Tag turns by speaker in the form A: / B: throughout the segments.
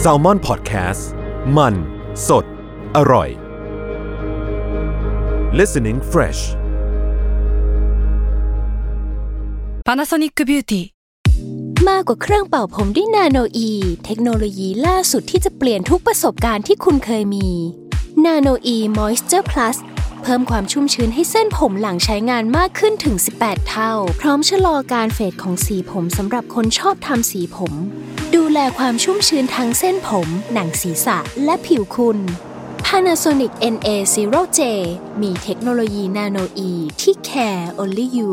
A: s a l ม o n PODCAST มัน สด อร่อย Listening Fresh
B: Panasonic Beauty
C: มากกว่าเครื่องเป่าผมด้วยนาโนอี เทคโนโลยีล่าสุดที่จะเปลี่ยนทุกประสบการณ์ที่คุณเคยมีนาโนอีมอยส์เจอร์พลัสเพิ่มความชุ่มชื้นให้เส้นผมหลังใช้งานมากขึ้นถึง 18 เท่า พร้อมชะลอการเฟดของสีผมสำหรับคนชอบทำสีผม ดูแลความชุ่มชื้นทั้งเส้นผม หนังศีรษะและผิวคุณ Panasonic NA0J มีเทคโนโลยีนาโนอีที่ care only you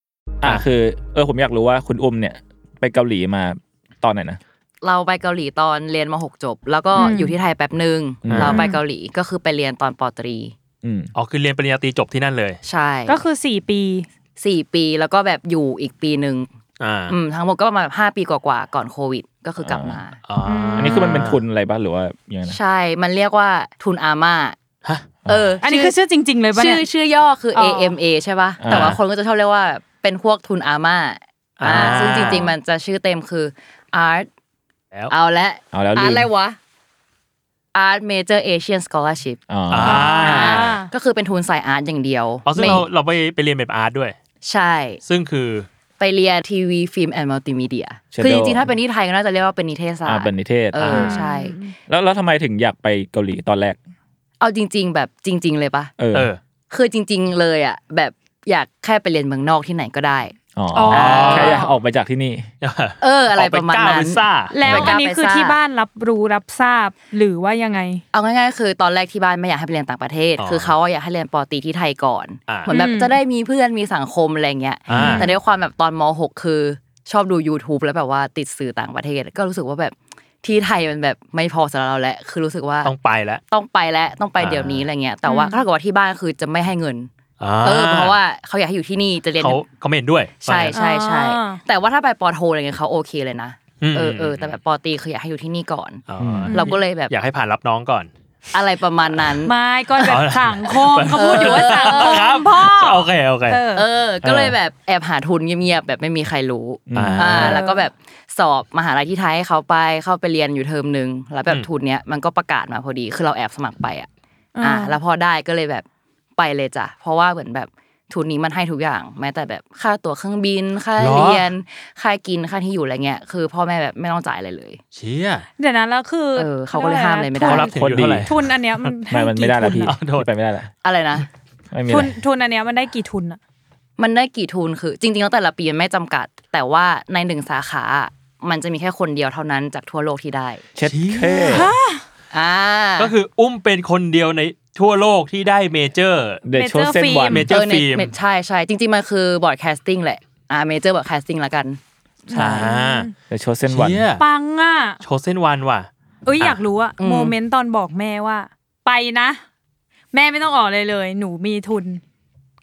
D: อ่าคือเออผมอยากรู้ว่าคุณอุ้มเนี่ย ไปเกาหลีมาตอนไหนนะ
E: เราไปเกาหลีตอนเรียนมหกจบ แล้วก็
B: อืม
E: อยู่ที่ไทยแป๊บหนึ่ง
D: อืม
E: เราไปเกาหลีก็คือไปเรียนตอนปอตรี
D: อืม
F: อ๋อคือเรียนปริญญาตรีจบที่นั่นเลย
E: ใช่
B: ก็คือ 4 ปี
E: สี่ปีแล้วก็แบบอยู่อีกปีหนึ่ง
F: อ่า
E: อืมทั้งหมดก็ประมาณห้าปีกว่าๆก่อนโควิด ก็คือกลับมา
F: อ่า
D: อันนี้คือมันเป็นทุนอะไรบ้างหรือว่ายังไงนะ
E: ใช่ มันเรียกว่าทุนอาม่า
F: ฮะ
E: เออ
B: อันนี้คือชื่อจริง ๆ เลยปะ
E: ชื่
B: เนี่
E: อย ชื่อย่อคือ
B: อ๋อ
E: AMA ใช่ป่ะ
D: อ่า
E: แต่ว่าคนก็จะชอบเรียกว่าเป็นพวกทุนอาม่าอ่า
F: อ่า
E: ซึ่งจริง ๆ มันจะชื่อเต็มคือ Art
F: แล้ว
E: เอาละ
D: เอาแล้วลื
E: อา
D: ม
E: ร์ตอะไรวะ Art Major Asian Scholarship
D: อ๋ออ
F: อ่า
E: ก็คือเป็นทุนสายอาร์ตอย่างเดียว
F: อ๋อซึ่ง
E: ไม่
F: เราเราไปไปเรียนแบบอาร์ตด้วย
E: ใช่
F: ซึ่งคือ
E: ไปเรียนทีวีฟิล์มแอนด์มัลติมีเดีย คือจริงๆ ถ้าเป็นที่ไทยก็น่าจะเรียกว่าเป็นนิเทศศาส
D: อ่า
E: ตร์
D: เป็นนิเทศ
E: เอ
D: อ่า
E: อใช่
D: แล้วแล้วทำไมถึงอยากไปเกาหลีตอนแรก
E: เอาจริง ๆ แบบจริง ๆ เลยปะ
D: เออ
F: เออ
E: คือจริง ๆ เลยอ่ะแบบอยากแค่ไปเรียนเมืองนอกที่ไหนก็ได้
D: อ๋อ
B: อ๋อ
D: แค่อยากออกไปจากที่นี่
E: เออ อะไรประมาณ
F: ออกไปก้าว
E: นั้
F: เป็น นซ่า
B: แล้ว
E: ไป
B: อั
E: กาน ว
B: นี้
E: ไป
B: คือ
E: ซ่า
B: ที่บ้านรับรู้รับทราบหรือว่ายังไง
E: เอาง่ายๆ คือตอนแรกที่บ้านไม่อยากให้ไปเรียนต่างประเทศ
F: อ๋อ
E: คือเขาอะอยากให้เรียนปอตรีที่ไทยก่อน
F: อ่า
E: เหมือนแบบ
B: อืม
E: จะได้มีเพื่อนมีสังคมอะไรเงี้ย
F: อ่า
E: แต่ด้วยความแบบตอนม .6 คือ ชอบดู YouTube แล้วแบบว่าติดสื่อต่างประเทศ ก็รู้สึกว่าแบบที่ไทยมันแบบไม่พอสำหรับเราแล้วคือรู้สึกว่า
F: ต้องไปแล้ว
E: ต้องไปแล้วต้องไปเดี๋ยวนี้อะไรเงี้ยแต่ว่า
B: อืม
E: ถ้าเกิดว่าที่บ้านคือจะไม่ให้เงินเออเพราะว่าเขาอยากให้อยู่ที่นี่จะเรียน
F: เขาเขาไม่เห็นด้วย
E: ใช่ใช่ใช่
B: อ่า
E: แต่ว่าถ้าไปปอโทอะไรเงี้ยเขาโอเคเลยนะ
F: ม
E: เออเออแต่แบบปอตรีคืออยากให้อยู่ที่นี่ก่อน
F: อ๋อ
E: เราก็เลยแบบ
F: อยากให้ผ่านรับน้องก่อน
E: อะไรประมาณนั้น
B: ไม่ก็แบบ
F: เอาละ
B: สังคมเขาพูดอยู่ว่าสังค
F: ครับ
B: มพ่อ
F: โอเคโอเค
B: เออ
E: เออ ก็เลยแบบแอบหาทุนเงียบๆแบบไม่มีใครรู้
F: อ่า
E: อ่าแล้วก็แบบสอบมหาลัยที่ไทยให้เขาไปเข้าไปเรียนอยู่เทอมหนึ่งแล้วแบบ
F: อืม
E: ทุนเนี้ยมันก็ประกาศมาพอดีคือเราแอบสมัครไปอ่ะอ่า แล้วพอได้ก็เลยแบบไปเลยจ้ะเพราะว่าเหมือนแบบทุนนี้มันให้ทุกอย่าง แม้แต่แบบค่าตั๋วเครื่องบิน ค่าเรียน ค่ากินค่าที่อยู่อะไรเงี้ยคือพ่อแม่แบบไม่ต้องจ่ายอะไรเลย
F: เชี่ย
B: เดี๋ยวนั้นแล้วคือ
E: เออเขาก็เลยห้ามอะไรไม่ได้
B: ทุ
F: เขา
B: น
F: รับถึงอยู่เท่าไหร่
B: ทุนอันเนี้ยมัน
D: ไม่
B: ให้
D: มันไม่ได้แล้ว
B: กี่
D: พี่
B: ทุนอะ
F: อ๋อโทษ
D: ไปไม่ได้แล้ว
E: อะไรนะ
D: ไม่มี
B: ทุ
D: อะ
B: น
D: ไร
B: ทุนอันเนี้ยมันได้กี่ทุนอะ
E: มันได้กี่ทุนคือ จริงๆแล้วแต่ละปีมันไม่จำกัด แต่ว่าในหนึ่งสาขา มันจะมีแค่คนเดียวเท่านั้นจากทั่วโลกที่ได้
D: เช็ดเค
E: อ่า
F: ก็คืออุ้มเป็นคนเดียวในทั่วโลกที่ได้เมเจอร์
D: เดชโชเซน
B: Major
D: วัน
B: Film
F: เมเจอร์
E: ใน
F: ฟิล์ม
E: ในใช่ใช่จริงๆ มันคือบอร์ดแคสติ้งแหละ อ่าเมเจอร์บอร์ดแคสติ้งละกัน
F: อ่า
D: เดชโชเซนวัน
F: เชี่ย
B: ปังอะ
F: โชว์เส้นวันว่ะ
B: เอ้ยอยากรู้อะ
E: อืม
B: โมเมนต์ตอนบอกแม่ว่า ไปนะ แม่ไม่ต้องออกเลยเลย หนูมีทุน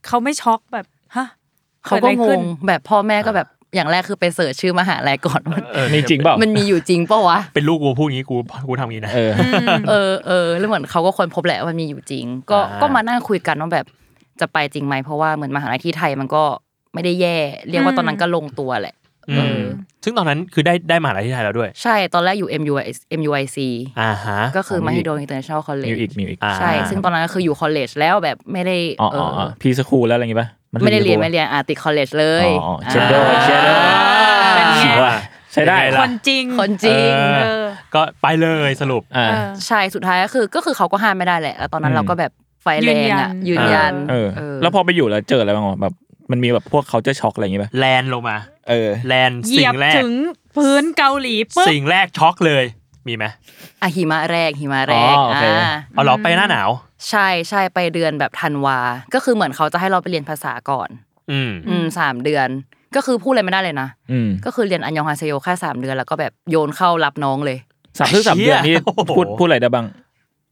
B: เขาไม่ช็อกแบบฮะ
E: เขาก็
B: ดอะไร
E: ง
B: ขึ้น
E: งแบบพ่อแม่ก็แบบอย่างแรกคือไปเสิร์ชชื่อมหาลัยก่อน ว่า
F: เออ
D: มีจริงเปล่า
E: มันมีอยู่จริงเปล่า วะ
F: เป็นลูกกูพูดงี้กูกูทำงี้นะ
D: เออ
E: เออเออแล้วเหมือนเขาก็คนพบแหละว่ามันมีอยู่จริง ก็
F: อ่า
E: ก็มานั่งคุยกันว่าแบบจะไปจริงไหมเพราะว่าเหมือนมหาลัยที่ไทยมันก็ไม่ได้แย่ เรียกว่าตอนนั้นก็ลงตัวแหละ
F: อืมซึ่งตอนนั้นคือได้ได้มหาลัยที่ไทยแล้วด้วย
E: ใช่ตอนแรกอยู่ MUI MUIC
F: อ่าฮะ
E: ก็คือ
D: อ๋อ
E: ม
D: มีอี
E: หิ
D: ก
E: ดล International
D: มี
E: College
D: อีกมีอีก
F: อ่า
E: ใช่ ซึ่งตอนนั้นก็คืออยู่ college แล้วแบบไม่ได้
D: อ๋อ
E: เอ
D: อ๋อ
E: ออ
D: อ๋อพีสคูลแล้วอะไรอย่างงี้ป่ะนถึง
E: ไม่ได้เรียน
D: ปะ
E: ไม่เรียนอ่ะติด college เลย
D: อ๋ออ๋อ Shadow
E: อ่า
D: Shadow
B: เป็นไง
F: ว่า
D: ใช้ได้
F: ยังง
B: ค
F: ล่ะ
B: นจริง
E: คนจริง
F: เอ
B: เอ
F: อ
B: อ
F: ก็ไปเลยสรุป
D: อ่า
B: เออ
E: ใช่สุดท้ายก็คือก็คือเขาก็ห้ามไม่ได้แหละแล้วตอนนั้น
D: อืม
E: เราก็แบบไฟแรงอ่ะ
B: ยื
E: ยื
B: น
E: น
B: ยั
E: ยั
B: น
E: น
D: เออ
E: เออ
D: แล้วพอไปอยู่แล้วเจออะไรบ้างวะแบบมันมีแบบพวกเขาจะช็อกอะไรอย่างงี้ป่ะ
F: แลนลงมา
D: เออ
F: แลน
B: เหยี
F: สิ่
B: ยบ
F: งแรก
B: ถึงพื้นเกาหลีปุ๊บ
F: สิ่งแรกช็อกเลย มีไหม
E: อ่ะหิมะแรกหิมะแรก
D: อ๋อโอเค
E: อ่า
F: เอาเหรอไปหน้าหนาว
E: ใช่ใช่ไปเดือนแบบธันวา ก็คือเหมือนเขาจะให้เราไปเรียนภาษาก่อน
F: อืม
E: อืมสามเดือน ก็คือพูดอะไรไม่ได้เลยนะ
D: อืม
E: ก็คือเรียนอันยองฮาเซโยแค่สามเดือนแล้วก็แบบโยนเข้ารับน้องเลย
D: สามเพิ่งสามเดือนนี่
F: เชี่ยโอ้โห
D: พูดพูดอะไรได้บ้าง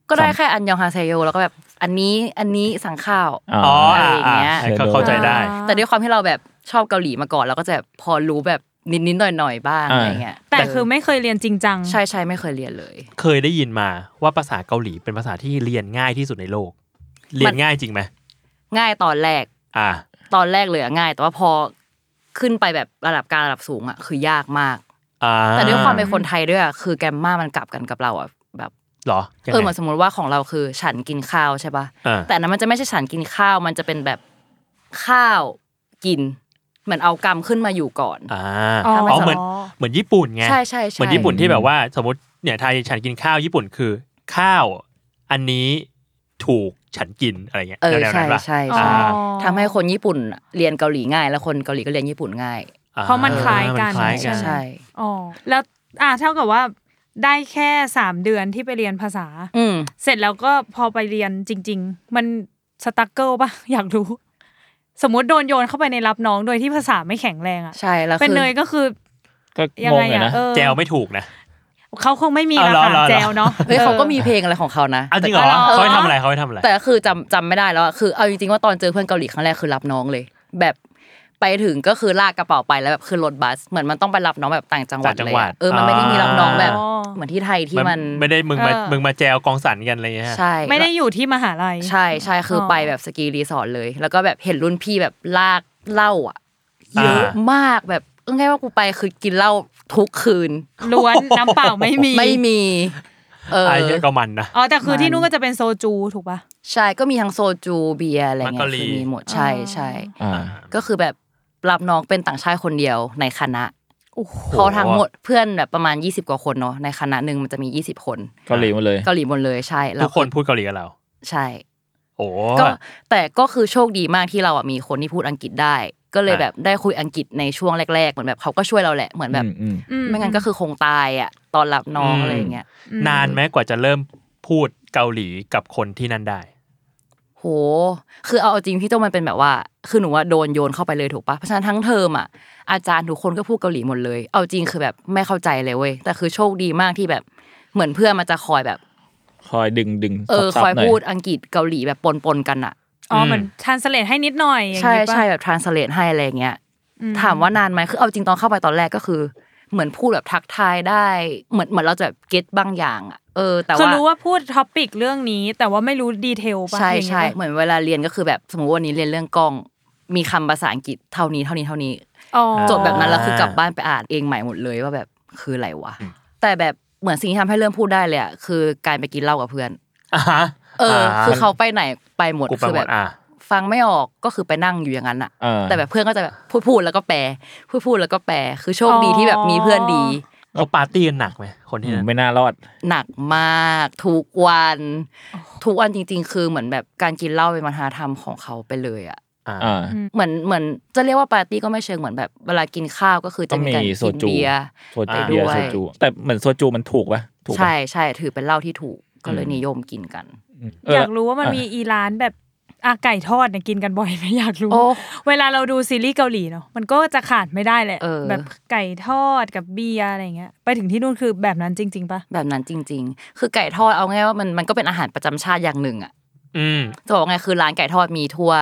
E: ก็ได้
D: สาม
E: แค่อันยองฮาเซโยแล้วก็แบบอันนี้อันนี้สั่งข้าว
D: อ๋อ
F: อ๋อ
E: อะ
F: อะไรไรอ
E: อา
F: ย่ย่างง
E: เงี้
F: เงี้
E: ย
F: ยก็เข้าใจได้
E: แต่ด้วยความที่เราแบบชอบเกาหลีมาก่อนเราก็จะแบบพอรู้แบบนิดๆหน่อยๆบ้าง
D: อ่า
E: อะไรเงี้ย
B: แต่คือไม่เคยเรียนจริงจัง
E: ใช่ใช่ไม่เคยเรียนเลย
F: เคยได้ยินมาว่าภาษาเกาหลีเป็นภาษาที่เรียนง่ายที่สุดในโลก เรียนง่ายจริงไหม
E: ง่ายตอนแรก
F: อ่า
E: ตอนแรกเลยอะง่าย แต่ว่าพอขึ้นไปแบบระดับกลารระดับสูงอ่ะคือยากมาก
F: อ่า
E: แต่ด้วยความเป็นคนไทยด้วยอะคือแกรมมามันกลับกันกับเราอ่ะแบบ
F: เหรอยัง
E: เอ
F: ไง
E: อเหมือนสมมติว่าของเราคือฉันกินข้าวใช่ปะ
F: อ่า
E: แต่อันนั้นมันจะไม่ใช่ฉันกินข้าวมันจะเป็นแบบข้าวกิน เหมือนเอากรรมขึ้นมาอยู่ก่อน
F: อ่า
B: อ๋อ
E: ทำไม
F: เหมือนเหมือนญี่ปุ่นไง
E: ใช่ใช่ใช่
F: เหมือนญี่ปุ่นที่แบบว่าสมมติเนี่ยไทยฉันกินข้าวญี่ปุ่นคือ ข้าวอันนี้ถูกฉันกินอะไรเงี้ย
E: เออ
F: แนวๆ
E: ใช่
F: นั้นปะ
E: ใช่
B: อ๋อ
E: ใช่
F: อ่า
E: ทำให้คนญี่ปุ่นเรียนเกาหลีง่าย แล้วคนเกาหลีก็เรียนญี่ปุ่นง่าย
F: อ่
B: เพราะมันคล้ายกัน
F: มัคล้ายกัน
E: ใช่
B: อ๋อแล้วอ่าเท่ากับว่าได้แค่สามเดือนที่ไปเรียนภาษา
E: อืม
B: เสร็จแล้วก็พอไปเรียนจริง ๆ มันสตั๊กเกิลปะ อยากรู้ สมมติโดนโยนเข้าไปในรับน้องโดยที่ภาษาไม่แข็งแรงอะ
E: ใช่แล้ว
B: เป็น
E: คือ
B: เลยก็คือ
D: ก็
B: ยัง
D: งง
B: ไง
D: เลย
B: อะ
D: นะ
B: เออ
F: แจวไม่ถูกนะ
B: เขาคงไม่มี
F: เอา
B: รา
F: เหรอ
B: คา
F: เหรอ
B: แจวเนาะ
E: เฮ้ยเขาก็มีเพลงอะไรของเขานะ
F: อ่ะจริงเหร
E: แต่
F: อ
E: ก็
F: เขาให้ทำอะไรเขาให้ทำอะไร
E: แต่ก็คือจำจำไม่ได้แล้วอะคือเอาจริงๆว่าตอนเจอเพื่อนเกาหลีครั้งแรกคือรับน้องเลย แบบไปถึงก็คือลากกระเป๋าไปแล้วแบบคือรถบัสเหมือนมันต้องไปรับน้องแบบต่างจังหวัด
F: ต่างจั
E: เลย
F: งหวัด
E: อะเออมันไม่ได้มีรับน้องแบบ
F: อ๋อ
E: เหมือนที่ไทยที่มัน
F: ไม่ได้มึงมา
B: เออ
F: มึงมาแจวกองสันกันอะไรเงี้ยฮะ
E: ใช่
B: ไม่ได้อยู่ที่มหาลัย
E: ใช่ใช่คืออ
B: อ
E: ไปแบบสกีรีสอร์ทเลย แล้วก็แบบเห็นรุ่นพี่แบบลากเหล้าอ่ะเยอะมากแบบเอาง่ายๆว่ากูไปคือกินเหล้าทุกคืน
B: ล้วนน้ำเปล่าไม่มี
E: ไม่มี เออ
F: ไอ้เหี้ยก็มันนะ
B: อ๋อแต่คือ
E: มัน
B: ที่นู่นก็จะเป็นโซจูถูกปะ
E: ใช่ก็มีทั้งโซจูเบียร์อะไร
F: มั
E: เงี้
F: กกะ
E: ย
F: ลี
E: คือมีหมดใช่
B: อ๋อ
E: ใช่
D: อ่า
E: ก็คือแบบรับน้องเป็นต่างชาติคนเดียวในคณะ
B: โอ้โห
E: เขาะทั้งหมดเพื่อนแบบประมาณ 20 กว่าคนเนาะในคณะหนึ่งมันจะมี 20 คน
D: เกาหลีหมดเลย
E: เกาหลีหมดเลยใช่แล้ว
F: ทุกคนพูดเกาหลีกับเรา
E: ใช่
F: โอ้
E: ก็แต่ก็คือโชคดีมากที่เราอ่ะมีคนที่พูดอังกฤษได้ ก็เลยแบบได้คุยอังกฤษในช่วงแรกๆเหมือนแบบเขาก็ช่วยเราแหละเหมือนแบบ
D: อืมอืม
B: อื
E: ไม่งั้นก็คือคงตายอ่ะตอนรับน้องอะไรอย่างเงี้ย
B: ม
F: นานไหมกว่าจะเริ่มพูดเกาหลีกับคนที่นั่นได้
E: โห คือเอาจริงพี่โตมันเป็นแบบว่า คือหนูว่าโดนโยนเข้าไปเลยถูกปะเพราะฉะนั้นทั้งเทอมอ่ะ อาจารย์ทุกคนก็พูดเกาหลีหมดเลย เอาจริงคือแบบไม่เข้าใจเลยเว้ย แต่คือโชคดีมากที่แบบเหมือนเพื่อนมันจะคอยแบบ
D: คอยดึงดึง
E: เออ
D: ซับ
E: คอย
D: ๆหน่
E: พูดอังกฤษเกาหลีแบบปนปนๆกันอ่ะ
B: อ๋อเหมือนทานสเลตให้นิดหน่อยอย่าง
E: ใช่
B: งี้ปะ
E: ใช่แบบทรานสเลทให้อะไรอย่างเงี้ย
B: อื
E: ถามว่านานไหมคือเอาจริงตอนเข้าไปตอนแรกก็คือ เหมือนพูดแบบทักทายได้ เหมือนเหมือนเราจะแบบเก็ตบางอย่างอ่ะ เออ แต่
B: คือ
E: ว่า
B: รู้ว่าพูดท็อปิกเรื่องนี้ แต่ว่าไม่รู้ดีเทลปะ
E: ใช่
B: อย่างงี้
E: ใช่
B: ปะ
E: เหมือนเวลาเรียนก็คือแบบสมมติวันนี้เรียนเรื่องกล้อง มีคำภาษาอังกฤษเท่านี้เท่านี้เท่านี้
B: อ๋อ
E: จบแบบนั้นแล้วคือกลับบ้านไปอ่านเองใหม่หมดเลยว่าแบบคืออะไรวะ แต่แบบเหมือนสิ่งที่ทำให้เริ่มพูดได้เลยอะคือการไปกินเหล้ากับเพื่อน
F: อ่าฮะ
E: เออ คือเขาไปไหนไปหมด
F: กูไป
E: คือ
F: หม
E: แบ
F: ด
E: บ
F: อ่า
E: ฟังไม่ออกก็คือไปนั่งอยู่อย่างนั้นอะ
D: เออ
E: แต่แบบเพื่อนก็จะแบบพูดพูดแล้วก็แปลพูดพูดแล้วก็แปลคือโชคดีที่แบบมีเพื่อนดี
F: เขาปาร์ตี้กันหนักไหมคนที่
D: อืม
F: นั่น
D: ไม่น่ารอด
E: หนักมากทุกวันทุกวันจริง ๆ คือเหมือนแบบการกินเหล้าเป็นวัฒนธรรมของเขาไปเลยอะ
D: อ่า
E: เหมือนเหมือนจะเรียกว่าปาร์ตี้ก็ไม่เชิงเหมือนแบบเวลากินข้าวก็คือจะมีกา
D: ต้อ
E: ร
D: งมีโซ
E: กิน
D: จู
E: เบียร์
D: โซจูเบียร์
E: ไปด้วย
D: โซจู แต่เหมือนโซจูมันถูกปะถูกปะ
E: ใช่ใช่ถือเป็นเหล้าที่ถูกก็เลยนิยมกินกัน
D: เอออย
B: อากรู้ว่ามันมีอีร้านแบบอาไก่ทอดเนี่ยกินกันบ่อยไหมอยากรู้
E: โอ้
B: เวลาเราดูซีรีส์เกาหลีเนาะมันก็จะขาดไม่ได้แหละ
E: เออ
B: แบบไก่ทอดกับเบียร์อะไรเงี้ย ไปถึงที่นู่นคือแบบนั้นจริง ๆปะ
E: แบบนั้นจริง ๆ คือไก่ทอดเอาง่ายว่ามันมันก็เป็นอาหารประจำชาติอย่างหนึ่งอ่ะ
F: อืม
E: จะบอกว่าไงคือร้านไก่ทอดมีทั่ว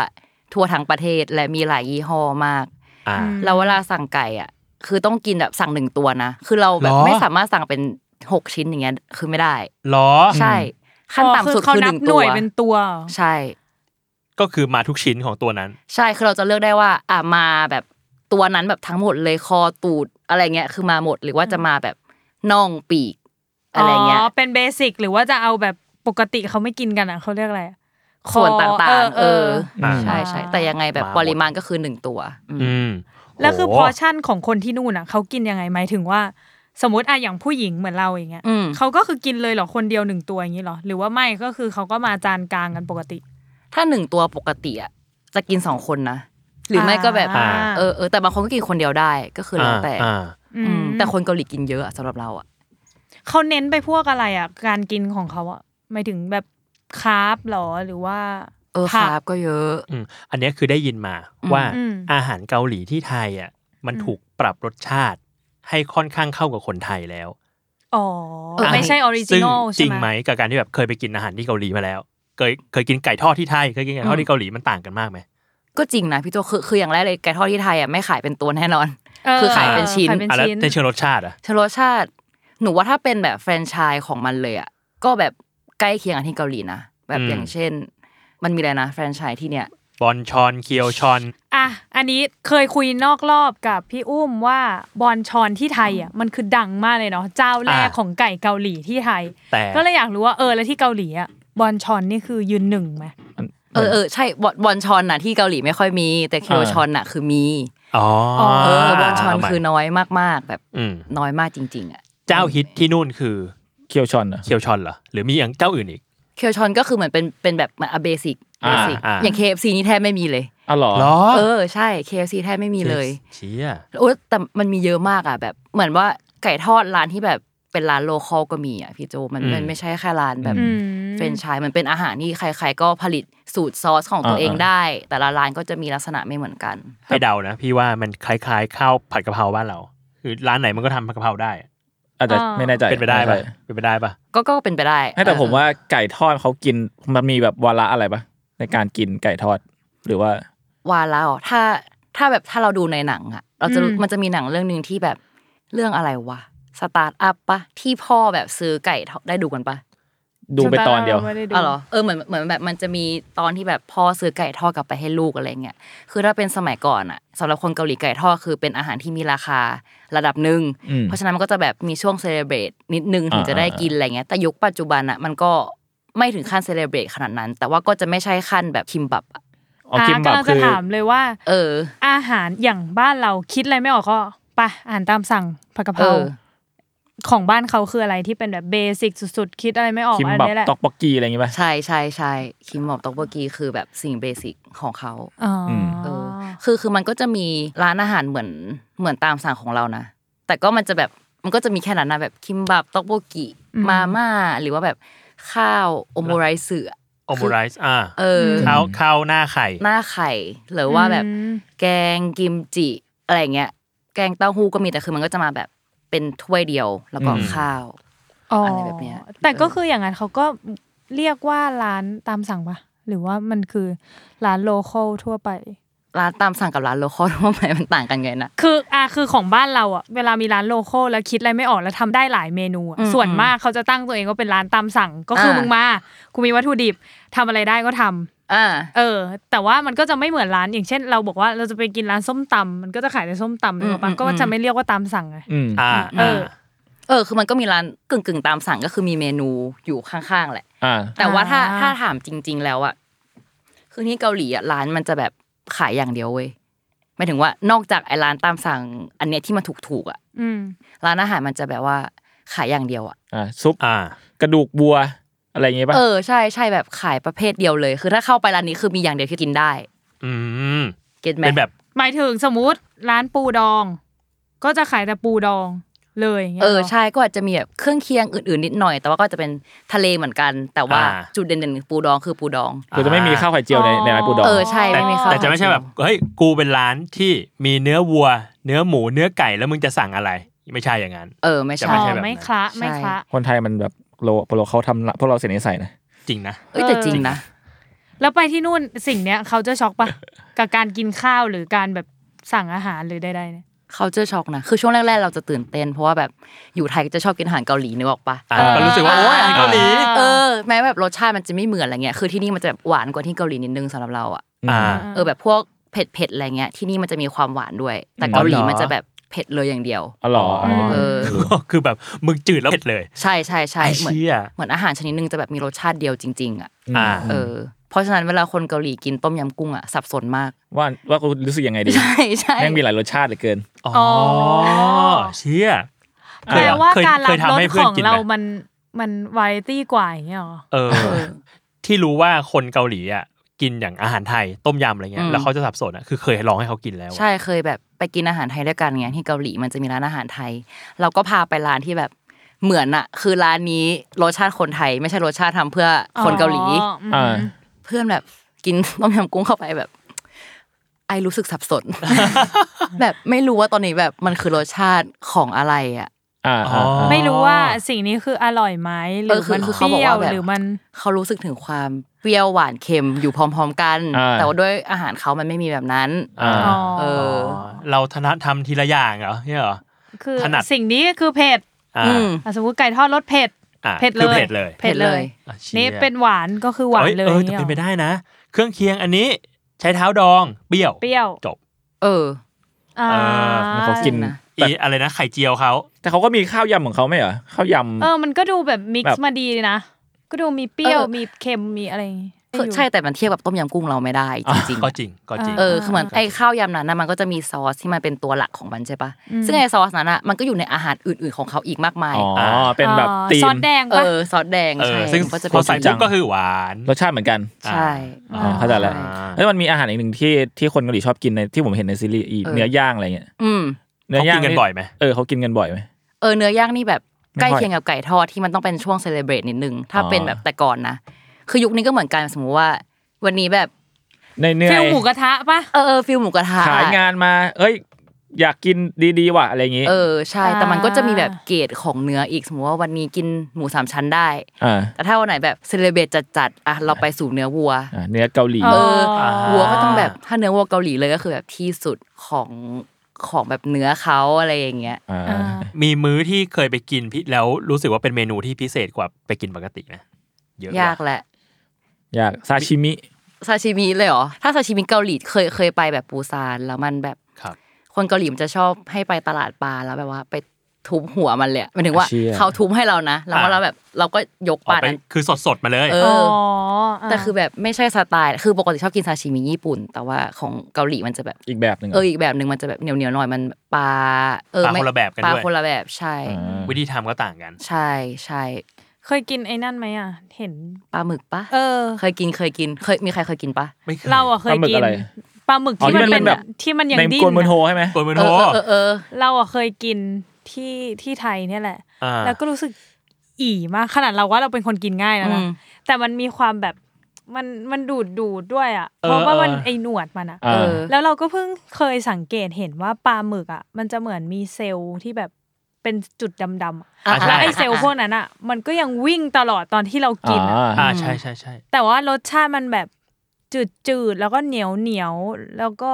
E: ทั่วทั้งประเทศและมีหลายยี่ห้อมาก
F: อ่า
E: แล้วเวลาสั่งไก่อ่ะ คือต้องกินแบบสั่งหนึ่งตัวนะ คือเราแบบ
F: หรอ
E: ไม่สามารถสั่งเป็นหกชิ้นอย่างเงี้ยคือไม่ได้
F: หรอ
E: ใช่ขั้นต่ำสุด
B: เขา
E: คือห
B: นั
E: นึ่ง
B: ห
E: ตั
B: น่
E: ว
B: วยเป็นตัวเหรอ
E: ใช่
F: ก็คือมาทุกชิ้นของตัวนั้น
E: ใช่คือเราจะเลือกได้ว่าอ่ะมาแบบตัวนั้นแบบทั้งหมดเลยคอตูดอะไรเงี้ยคือมาหมดหรือว่าจะมาแบบน่องปีกอะไรเงี้ย
B: อ๋อเป็นเบสิกหรือว่าจะเอาแบบปกติเขาไม่กินกันอ่ะเขาเรียกอะไรอะคอ
E: ส่วนต่างๆ เออ
F: อ่า
E: ใช่ใช่แต่ยังไงแบบ
F: มาหมด
E: ปริมาณก็คือหนึ่งตัวอืม
F: อืม
B: แล้วคือ
F: โ
B: พอชั่นของคนที่นู่นอ่ะเขากินยังไงหมายถึงว่า สมมติอะอย่างผู้หญิงเหมือนเราอย่างเงี้ย
E: อืม
B: เขาก็คือกินเลยเหรอ คนเดียวหนึ่งตัวอย่างนี้เหรอ หรือว่าไม่ก็คือเขาก็มาจานกลางกันปกติ
E: ถ้าหนึ่งตัวปกติอ่ะจะกินสองคนนะ หรือไม่ก็แบบ
F: อ่า
E: เออเออแต่บางคนก็กินคนเดียวได้ก็คือแล้วแต่
F: อ่า
B: อื
E: อื
B: ม
E: มแต่คนเกาหลีกินเยอะอะสำหรับเราอ่ะ
B: เขาเน้นไปพวกอะไรอ่ะ การกินของเขาอ่ะหมายถึงแบบคาร์บเหรอหรือว่า
E: เออค
B: ผัก
E: รับก็เยอะ
F: อืมอันเนี้ยคือได้ยินมาว่า
B: อืม
F: อาหารเกาหลีที่ไทยอ่ะ มัน
B: อืม
F: ถูกปรับรสชาติให้ค่อนข้างเข้ากับคนไทยแล้ว
B: อ๋อ
E: เออ
B: ไม่ใช่ออริจิ
F: ซึ่ง
B: นอล
F: จ
B: ใช่
F: ริง
B: ไห
F: ไห
B: ม
F: มกับการที่แบบเคยไปกินอาหารที่เกาหลีมาแล้ว เคยเคยกินไก่ทอดที่ไทยเคยกินไก่ทอดที่เกาหลีมันต่างกันมากไหม
E: ก็จริงนะพี่โจคือคืออย่างแรกเลยไก่ทอดที่ไทยอ่ะไม่ขายเป็นตัวแน่นอน
B: เ
E: คือขายเป็นชิ้น
B: ขายเป็น
F: อ่ะแล้ว
B: ชิ้น
F: ในเชิงรสชาติอ่ะ
E: ชโลชาติ หนูว่าถ้าเป็นแบบแฟรนไชส์ของมันเลยอ่ะก็แบบใกล้เคียงกับที่เกาหลีนะแบบ
F: อืม
E: อย่างเช่น มันมีอะไรนะแฟรนไชส์ที่เนี่ย
F: บอนชอนเคียวชอน
B: อ่ะ อันนี้เคยคุยนอกรอบกับพี่อุ้มว่าบอลชอนที่ไทยอ่ะมันคือดังมากเลยเนาะเจ้าแรก
F: อ่ะ
B: ของไก่เกาหลีที่ไทย
F: แต่
B: ก็เลยอยากรู้ว่าเออแล้วที่เกาหลีอ่ะบอลชอนนี่คือยืนหนึ่งไหม
E: เออเออใช่บอลบอลชอนน่ะที่เกาหลีไม่ค่อยมี แต่เคียวชอนน่ะคือมี
F: อ๋อ
E: เออบอลชอน
F: เาใหม่
E: คือน้อยมากๆ แบบ
F: อืม
E: น้อยมากจริง ๆอ่ะ
F: เจ้าฮิตที่นู่นคือ
D: เคียวชอนอะ
F: เคียวชอนเหรอ หรือมีอย่างเจ้าอื่นอีก
E: เคียวชอนก็คือเหมือนเป็นเป็นแบบมันเบสิก
D: อ่า
E: เบสิก
F: อ่า
E: อย่าง KFC นี่แทบไม่มีเลย
D: อ๋อเหรอ
E: เออใช่ KFC แทบไม่มีเลย
F: เชี่ย
E: โอ้ยแต่มันมีเยอะมากอ่ะแบบ เหมือนว่าไก่ทอดร้านที่แบบเป็นร้านโลคอลก็มีอ่ะพี่โจมันมันไม่ใช่แค่ร้านแบบ
B: อืม
E: เฟรนไชส์มันเป็นอาหารที่ใคร ๆ ก็ผลิตสูตรซอสของตัว
D: อ่า
E: เองได้ แต่ละร้านก็จะมีลักษณะไม่เหมือนกัน
F: ให้เดานะ พี่ว่ามันคล้ายๆข้าวผัดกะเพราบ้านเรา คือร้านไหนมันก็ทำผัดกะเพราได้
D: อาจจะไม่แน่ใจ
F: เป็นไปได้ปะ
D: ใช่
F: เป็นไปได้ปะ
E: ก็ก็เป็นไปได้
D: ให้แต่
E: เออ
D: ผมว่าไก่ทอดเขากินมันมีแบบวาระอะไรปะในการกินไก่ทอด หรือว่า
E: วาแล้วถ้าถ้าแบบถ้าเราดูในหนังอ่ะ เราจะรู้มันจะมีหนังเรื่องหนึ่งที่แบบเรื่องอะไรวะสตาร์ทอัพปะที่พ่อแบบซื้อไก่ทอดได้ดูกันปะ
D: ดูไปตอนเดียว
B: ไม่ไ
E: อ๋อเหรอเออเหมือนเหมือนแบบมันจะมีตอนที่แบบพ่อซื้อไก่ทอดกลับไปให้ลูกอะไรเงี้ยคือถ้าเป็นสมัยก่อนอ่ะสำหรับคนเกาหลีไก่ทอดคือเป็นอาหารที่มีราคาระดับหนึ่ง
D: อืม
E: เพราะฉะนั้นมันก็จะแบบมีช่วงเซเลบรตนิดนึงถึงจะได้กินอะไรเงี้ยแต่ยุคปัจจุบันอ่ะมันก็ไม่ถึงขั้นเซเลบรตขนาดนั้น แต่ว่าก็จะไม่ใช่ขั้นแบบคิมบับอะ
D: อ๋อคิมบับ
B: กำลัง
D: คื
B: จะ
D: อ
B: ถามเลยว่า
E: เออ
B: อาหารอย่างบ้านเราคิดอะไรไม่ออกก็ไปอ่านตามสั่งผัดกะเพ
E: เอ
B: รา
E: อ
B: ของบ้านเขาคืออะไรที่เป็นแบบเบสิกสุดๆ คิดอะไรไม่ออก
D: คิม
B: อัน
D: บับ
B: นี้แหละ
D: ต็อกบกกีอะไรอย่างงี้ปะ
E: ใช่ใช่ใช่คิมบับต็อกโบกีคือแบบสิ่งเบสิกของเขา
B: อ๋ออ
D: ม
E: เออคือคือมันก็จะมีร้านอาหารเหมือนเหมือนตามสั่งของเรานะ แต่ก็มันจะแบบมันก็จะมีแค่นั้นนะแบบคิมบับต็อกโบกิมาม่าหรือว่าแบบข้าวโอโมไรซ์เสือ
F: โอมูไรส์อ่า
E: เออ
D: ครับ
F: ข้าวข้าวหน้าไข่
E: หน้าไข่ หรือว่าแบบ
B: อืม
E: แกงกิมจิอะไรเงี้ยแกงเต้าหู้ก็มีแต่คือมันก็จะมาแบบเป็นถ้วยเดียวแล้วก็
D: อืม
E: ข้าว
B: อ๋ออะไร
E: แบบเนี้ย
B: แต่ก็
E: เออ
B: คืออย่างนั้นเขาก็เรียกว่าร้านตามสั่งปะหรือว่ามันคือร้านโลเคอลทั่วไป
E: ร้านตามสั่งกับร้านโลคอลทั่วไปมันต่างกันไงนะ
B: คืออ่ะคือของบ้านเราอ่ะเวลามีร้านโลเคอลแล้วคิดอะไรไม่ออกแล้วทำได้หลายเมนูอะ
E: อืม
B: ส่วนมากเขาจะตั้งตัวเองว่าเป็นร้านตามสั่ง ก็คืออา
E: มึ
B: มึงมากูมีวัตถุดิบทำอะไรได้ก็ทำ
E: อ่า
B: เออ แต่ว่ามันก็จะไม่เหมือนร้านอย่างเช่น เราบอกว่าเราจะไปกินร้านส้มตำมันก็จะขายแต่ส้มตำเลย
E: อื
B: ปะ
E: มอืม
B: ก็จะไม่เรียกว่าตามสั่งไง
D: อืม
F: อ่า
B: เออ
E: เออคือมันก็มีร้านกึ่งกึ่งๆตามสั่งก็คือมีเมนูอยู่ข้างๆแหละ
D: อ่า
E: แต่ว่าถ้า
B: อ่า
E: ถ้าถามจริง ๆ แล้วอะคือที่เกาหลีอะร้านมันจะแบบขายอย่างเดียวเว้ยหมายถึงว่านอกจากไอ้ร้านตามสั่ง อันเนี้ยที่มันถูกๆอะ
B: อืม
E: ร้านอาหารมันจะแบบว่าขายอย่างเดียวอะ
D: อ่าซุป
F: อ่า
D: กระดูกบัวอะไรอย่างงี้ปะ
E: เออใช่ใช่แบบขายประเภทเดียวเลย คือถ้าเข้าไปร้านนี้คือมีอย่างเดียวที่กินได้
F: อืม
E: เก็ตไหม
F: เป็นแบบ
B: หมายถึงสมมติร้านปูดอง ก็จะขายแต่ปูดองเลยย่างงี้ย
E: เออ
B: หร
E: ใช่ก็อาจจะมีแบบเครื่องเคียงอื่นๆนิดหน่อย แต่ว่าก็จะเป็นทะเลเหมือนกัน แต่ว่า
F: อ่า
E: จุดเด่นๆคือปูดองคือปูดอง
D: คือจะไม่มีข้าวไข่เจียวใน
B: อ๋อ
D: ในร้านปูดอง
E: เออใช่
F: แต่
E: ไม่มีข้าว
F: แต่จะไม่ใช่แบบเฮ้ยกูเป็นร้านที่มีเนื้อวัว เนื้อหมูเนื้อไก่แล้วมึงจะสั่งอะไร ไม่ใช่อย่างนั้น
E: เออไม่
F: จะ
E: ใช่
F: ไม่ใช่แบบ
B: อ๋อไม่คละ
E: ใช่
B: ไม่คละ
D: คนไทยมันแบบโลโปโลเขาทำละพวกเราเสียนิสัยนะ
F: จริงนะ
E: เอ้ยแต่
B: เออ
E: จริงนะ
B: แล้วไปที่นู่นสิ่งเนี้ยเขาจะช็อกปะ กับการกินข้าวหรือการแบบสั่งอาหารหรือใดๆเนี่ย
E: เขาเจอช็อกนะ คือช่วงแรก ๆ เราจะตื่นเต้น เพราะว่าแบบอยู่ไทยก็จะชอบกินอาหารเกาหลีนึกออกปะ
F: อ่า
B: เออ
F: ก็รู้สึกว่า โอ้ยอาหารเกาหลี
B: อ่า
E: เออ แม้แบบรสชาติมันจะไม่เหมือนอะไรเงี้ย คือที่นี่มันจะแบบหวานกว่าที่เกาหลีนิดนึงสำหรับเราอ่ะ
F: อ่า
E: เออแบบพวกเผ็ดเผ็ดๆอะไรเงี้ย ที่นี่มันจะมีความหวานด้วย แต่เกาหลี
F: อ๋อเหรอ
E: มันจะแบบเผ็ดเลยอย่างเดียว
D: อ๋อเหรออ๋อ
E: เออ
F: คือแบบมึงจืดแล้วเผ็ดเลย
E: ใช่ใช่ใช่
F: ไอ้
E: เหมือน
F: เชี่ย
E: เหมือนอาหารชนิดนึงจะแบบมีรสชาติเดียวจริง ๆ อ่ะ
F: อ่า
E: เออ เพราะฉะนั้นเวลาคนเกาหลีกินต้มยำกุ้งอ่ะสับสนมาก
D: ว่าว่ากูรู้สึกยังไงดี
E: ใช่ใช่
D: แม่งมีหลายรสชาติเหลือเกิน
F: อ๋อ
B: อ๋อ
F: เชี่ยเคย
B: แปลว่า
F: เคย
B: การ
F: เค
B: รับ
F: ย
B: ร
F: ทำ
B: ส
F: ให้
B: ข
F: เพื่อน
B: อง
F: กิน
B: เรา
F: ไหม
B: มันมันวาไรตี้กว่าอย่างเงี้ยหรอ
F: เออ ที่รู้ว่าคนเกาหลีอ่ะกินอย่างอาหารไทยต้มยำอะไรเงี้
E: อื
F: ย
E: ม
F: แล้วเขาจะสับสนอ่ะคือเคยลองให้เขากินแล้วอะ
E: ใช่เคยแบบไปกินอาหารไทยด้วยกันไงที่เกาหลีมันจะมีร้านอาหารไทย เราก็พาไปร้านที่แบบเหมือนอะคือร้านนี้รสชาติคนไทย ไม่ใช่รสชาติทำเพื่อคนเกาหลี
B: อ๋ออืม
D: อ่า
E: เพื่อนแบบกิน ต้มยำกุ้งเข้าไปแบบ ไอรู้สึกสับสน แบบไม่รู้ว่าตอนนี้แบบมันคือรสชาติของอะไรอ่ะ
D: อ่า
F: อ๋อ
D: า
B: ไม่รู้ว่าสิ่งนี้คืออร่อยไหมหรือ
E: เออคือ
B: มัน
E: คือ
B: เป
E: เขาบอก
B: รี้ยว
E: ว่าแบบ
B: หรือมัน
E: เขารู้สึกถึงความเปรี้ยวหวานเค็มอยู่พร้อม ๆ กัน
D: อ่า
E: แต่ว่าด้วยอาหารเขามันไม่มีแบบนั้น
D: อ่า
B: อ๋อ
E: เออ
F: เราถนัดทำทีละอย่างเหรอเนี่ยเหรอ
B: คือ
F: ถนัด
B: สิ่งนี้คือเผ็ด
F: อ่า
E: อืม
B: อ่ะสมมติไก่ทอดรสเผ็ด
F: อ่า
B: เผ็ด
F: คือ
B: เลย
F: เผ็ดเลย
B: เผ็ดเลย
F: อ่ะชี่ย
B: นี่เป็นหวานก็คือหวานเลย
F: เอ้ยเออแต่เป็นไปได้นะ เครื่องเคียงอันนี้ใช้เท้าดองเปรี้ยว
B: เปรี้ยว
F: จบ
E: เออ
B: อ่า
D: มันเขากิน
E: นะ
D: แต่
F: อีอะไรนะไข่เจียวเขา
D: แต่เขาก็มีข้าวยำของเขาไหมเหรอข้าวย
B: เออมันก็ดูแบบมิก
D: แบบ
B: ซ์มาดีเลยนะ ก็ดูมีเปรี้ยว
E: เออ
B: มีเค็มมีอะไรอย่างงี้
E: คือ
B: อยู่
E: ใช่แต่มันเทียบกับต้มยำกุ้งเราไม่ได้จริง
F: ก็จริงก็จริง
E: ๆเออคือเหมือนไอ้ข้าวยำนั้นนะมันก็จะมีซอสที่มันเป็นตัวหลักของมันใช่ปะ
B: อืม
E: ซึ่งไอ้ซอสนั้นอ่ะมันก็อยู่ในอาหารอื่นๆของเขาอีกมากมา
D: ำ
E: ย
D: อ๋อเป็นแบบ
B: อ่า
D: ตี
B: ซอ
D: ม
B: สแดง
E: เอ
B: ปะ
E: อซอสแดง
F: เอ
E: ใช่
F: อซึ่ง
E: มันก็จะ
F: พ
E: เป็น
F: อใส่
D: จั
F: ปุ๊บ
D: ง
F: ก็คือหวาน
D: รสชาติเหมือนกัน
E: ใช่
F: อ่
D: อ่าเข้าใจแล้ว
E: ใช่
D: แล้วมันมีอาหารอีกหนึ่งที่ที่คนเกาหลีชอบกินในที่ผมเห็นในซีรีส์อี
E: เออ
D: เนื้อย่างอะไรเงี้ย
E: อืม
D: เนื้
F: เขากินกันบ่อยไหม
D: เออเขากินกันบ่อยไหม
E: เออเนื้อย่างนี่แบบ
D: ไม่
E: ใกล้
D: ค่อย
E: เคียงกับไก่ทอดที่มันต้องเป็นช่วงเซเลบรตนิดนึง ถ้า
D: อ๋อ
E: เป็นแบบแต่ก่อนนะ คือยุคนี้ก็เหมือนกันสมมุติว่า วันนี้แบบ
D: ในเนื้อ
B: ฟิลหมูกระทะปะ
E: เออเออฟิลหมูกระทะ
D: ขายงานมา เอ้ย อยากกินดีๆว่ะอะไรอย่างงี้
E: เออใช่
B: อ่า
E: แต่มันก็จะมีแบบเกรดของเนื้ออีกสมมติว่าวันนี้กินหมูสามชั้นได้
D: อ่า
E: แต่ถ้าวันไหนแบบเซเลบรตจัดๆอ่ะเราไปสู่เนื้อวัว
D: อ่าเนื้อเกาหลี
E: เออ
B: อ๋อ
E: วัวก็ต้องแบบถ้าเนื้อวัวเกาหลีเลยก็คือแบบที่สุดของของแบบเนื้อเขาอะไรอย่างเงี้ย
D: อ่า
B: อ่า
F: มีมื้อที่เคยไปกินพี่แล้วรู้สึกว่าเป็นเมนูที่พิเศษกว่าไปกินปกตินะเยอะ
E: ยากแหละ
D: อยากซาชิมิ
E: ซาชิมิเลยเหรอ ถ้าซาชิมิเกาหลีเคยเคยไปแบบปูซานแล้วมันแบบ
F: ครับ
E: คนเกาหลีมันจะชอบให้ไปตลาดปลาแล้วแบบว่าไปทุบหัวมันเลยอะหมายถึงว่า
D: เชี่ย
E: เขาทุบให้เรานะแล้ว
F: อ่า
E: เราแบบเราก็ยก
F: อ
E: ป
F: อ
E: ลาก
F: ไป
E: นั้น
F: คือสดสดๆมาเลย
E: เอ
B: อ๋ออ่า
E: แต่คือแบบไม่ใช่สไตล์ คือปกติชอบกินซาชิมิญี่ปุ่น แต่ว่าของเกาหลีมันจะแบบ
D: อีกแบบหนึ่งหร
E: เอออีกแบบหนึ่งมันจะแบบเหนียวเหนียวๆหน่อยมันปลาเออ
F: ปลา
E: ไม่
F: คนละแบบกัน
E: ปลา
F: ด้วย
E: คนละแบบใช่
D: า
F: วิธีทำก็ต่างกัน
E: ใช่ใช่
B: เคยกินไอ้นั่นไหมอ่ะ เห็น
E: ปลาหมึกปะ
B: เออ
E: เคยกินเคยกินเคยมีใครเคยกินปะ
F: ไม่เคย
B: เราอ่ะเคยกิน
D: ปลาหมึกอะไร
B: ปลาห
D: อ๋อที่
B: มึกที่มัน
D: มันเป็
B: เป็น
D: น
B: แบ
D: แบบ บ
B: ที่มันยัง
D: ใน
B: ดิ้
D: โกนมน
B: น
D: โฮ
B: อะ
D: ใช่ไหม
F: ตัวเม
E: เอ
F: นู
E: อเออเออ
B: เราอ่ะเคยกินที่ที่ไทยเนี่ยแหละ
F: อ่า
B: แล้วก็รู้สึกอีมากขนาดเราว่าเราเป็นคนกินง่ายแล้วนะ
E: อืม
B: แต่มันมีความแบบมันมันดูดดูดด้วยอ่ะเพราะว่ามันไอหนวดมันอ่ะ
D: อ่า
E: เออ
B: แล้วเราก็เพิ่งเคยสังเกตเห็นว่าปลาหมึกอ่ะ มันจะเหมือนมีเซลล์ที่แบบเป็นจุดดำๆอะ
F: า ใช่
B: แล้วไอเซลล์พวกนั้นอ่ะ มันก็ยังวิ่งตลอดตอนที่เรากินอะ
D: อ่า
F: อ่าใช่ใช่ใช่
B: แต่ว่ารสชาติมันแบบจืดๆ แล้วก็เหนียวเหนียวๆแล้วก็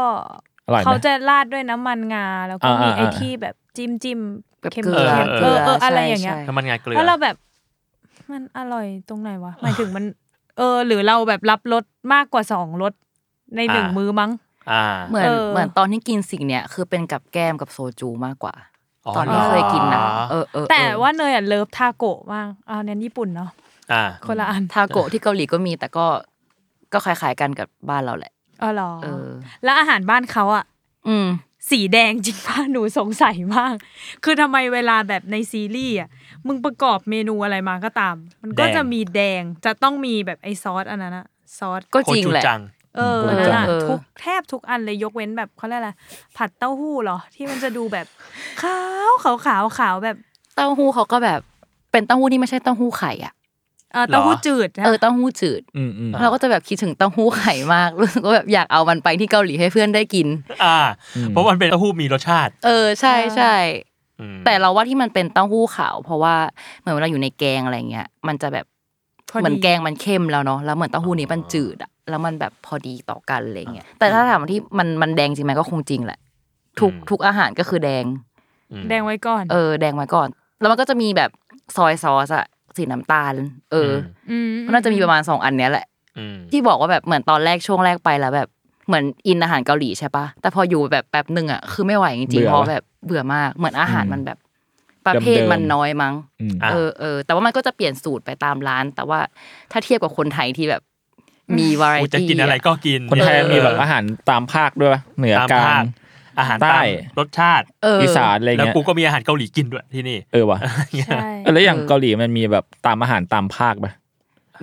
D: อร่อยไหม
B: เขาจะราดด้วยน้ำมันงา แล้วก็
D: อ่าๆๆ
B: มีไอ้ที่แบบจิ้มจิ้มๆ
E: แบบ
B: เค็ม
E: เกลื
B: เค็
E: อ
B: ม
E: เก
B: เอ
E: ลือ
B: อเอออะไร
E: ใช่
B: อย่างเงี้ย
E: ใช่
F: น้ำมันงาเกลือ
B: แล้วเราแบบมันอร่อยตรงไหนวะหมายถึงมัน เออ หรือเราแบบรับรสมากกว่าสองรสในหนึ่ง
F: อ่ามื้
B: มือมั้ง
F: อ่า
E: เหมือน
B: เออ
E: เหมือนตอนที่กินสิ่งเนี้ยคือเป็นกับแก้มกับโซจูมากกว่า ตอน
F: หร
E: ที่เคยกินนะเออเออเออ
B: แต่ว่าเนยอ่ะเลิฟทาโกะมากเอาเน้นญี่ปุ่นเนาะ
F: อ่า
B: คนละอัน
E: ทาโกะที่เกาหลีก็มีแต่ก็ก็คล้ายๆกันกับบ้านเราแหละ
B: อ๋อเหรอ
E: เออ
B: แล้วอาหารบ้านเขาอ่ะ
E: อืม
B: สีแดงจริงป่ะหนูสงสัยมาก คือทำไมเวลาแบบในซีรีส์อ่ะ มึงประกอบเมนูอะไรมาก็ตาม มันก็
F: แดง
B: จะมีแดง จะต้องมีแบบไอซอสอันนั้นอะซอส
E: ก็จริงแหละ
F: โคจูจัง
B: เอออันนั่นอะ
E: เออ
B: ทุกแทบทุกอันเลยยกเว้นแบบเขาเรียกอะไร ผัดเต้าหู้เหรอ ที่มันจะดูแบบ ขาวขาวขาวขาวแบบ
E: เต้าหู้เขาก็แบบเป็นเต้าหู้ที่ไม่ใช่เต้าหู้ไข่อ่ะ
B: เออเต้าหู้จืดนะ
E: เออเต้าหู้จืด
D: อืมอืม
E: เราก็จะแบบคิดถึงเต้าหู้ไข่มาก รู้สึกว่าแบบอยากเอามันไปที่เกาหลีให้เพื่อนได้กิน
F: อ่า
D: อืม
F: เพราะมันเป็นเต้าหู้มีรสชาติ
E: เออใช่ใช่
F: อืม
E: แต่เราว่าที่มันเป็นเต้าหู้ขาว เพราะว่าเหมือนเวลาอยู่ในแกงอะไรเงี้ยมันจะแบบ
B: พอดี
E: เหมือนแกงมันเข้มแล้วเนาะแล้วเหมือนเต้าหู้นี้มันจืดอะแล้วมันแบบพอดีต่อกันอะไรเงี้ยแต่ถ้าถามว่าที่มันมันแดงจริงไหมก็คงจริงแหละ ทุกทุกอาหารก็คือแดง
F: อืม
B: แดงไว้ก่อน
E: เออแดงมาก่อน แล้วมันก็จะมีแบบซอยซอสอะสีน้ำตาล เอออ
B: ม
E: ก็น่าจะมีประมาณสองอันเนี้ยแหละ
F: ม
E: ที่บอกว่าแบบเหมือนตอนแรกช่วงแรกไปแล้วแบบเหมือนอินอาหารเกาหลีใช่ปะแต่พออยู่แบบแป๊บหนึ่งอ่ะคือไม่ไหวจ
D: เบื่
E: ริงๆ
D: อ
E: เพราะแบบเบื่อมากเหมือนอาหาร
D: อืม
E: มันแบบ ประเภท
D: เดิมๆ
E: มันน้อยมั้ง
D: อืม
F: ะ
E: เออเออแต่ว่ามันก็จะเปลี่ยนสูตรไปตามร้าน แต่ว่าถ้าเทียบกับคนไทยที่แบบ มีวาไร
F: กูจะ
E: ตี้
F: กินอะไรก็กิน
D: คนไทย
E: เออ
D: มีแบบอาหารตามภาคด้วยปะเหนือ
F: ตาม
D: กลา
F: ภาง คอาหาร
D: ใต้
F: ใต้รสชาติ
E: เอออ
D: อีสานอะไร
F: แล้ว
D: เงี้ย
F: กูก็มีอาหารเกาหลีกินด้วยที่นี่
D: เออว่ะ
B: ใช่
D: เออแล้วอย่าง
E: เออ
D: เกาหลีมันมีแบบตามอาหารตามภาคปะ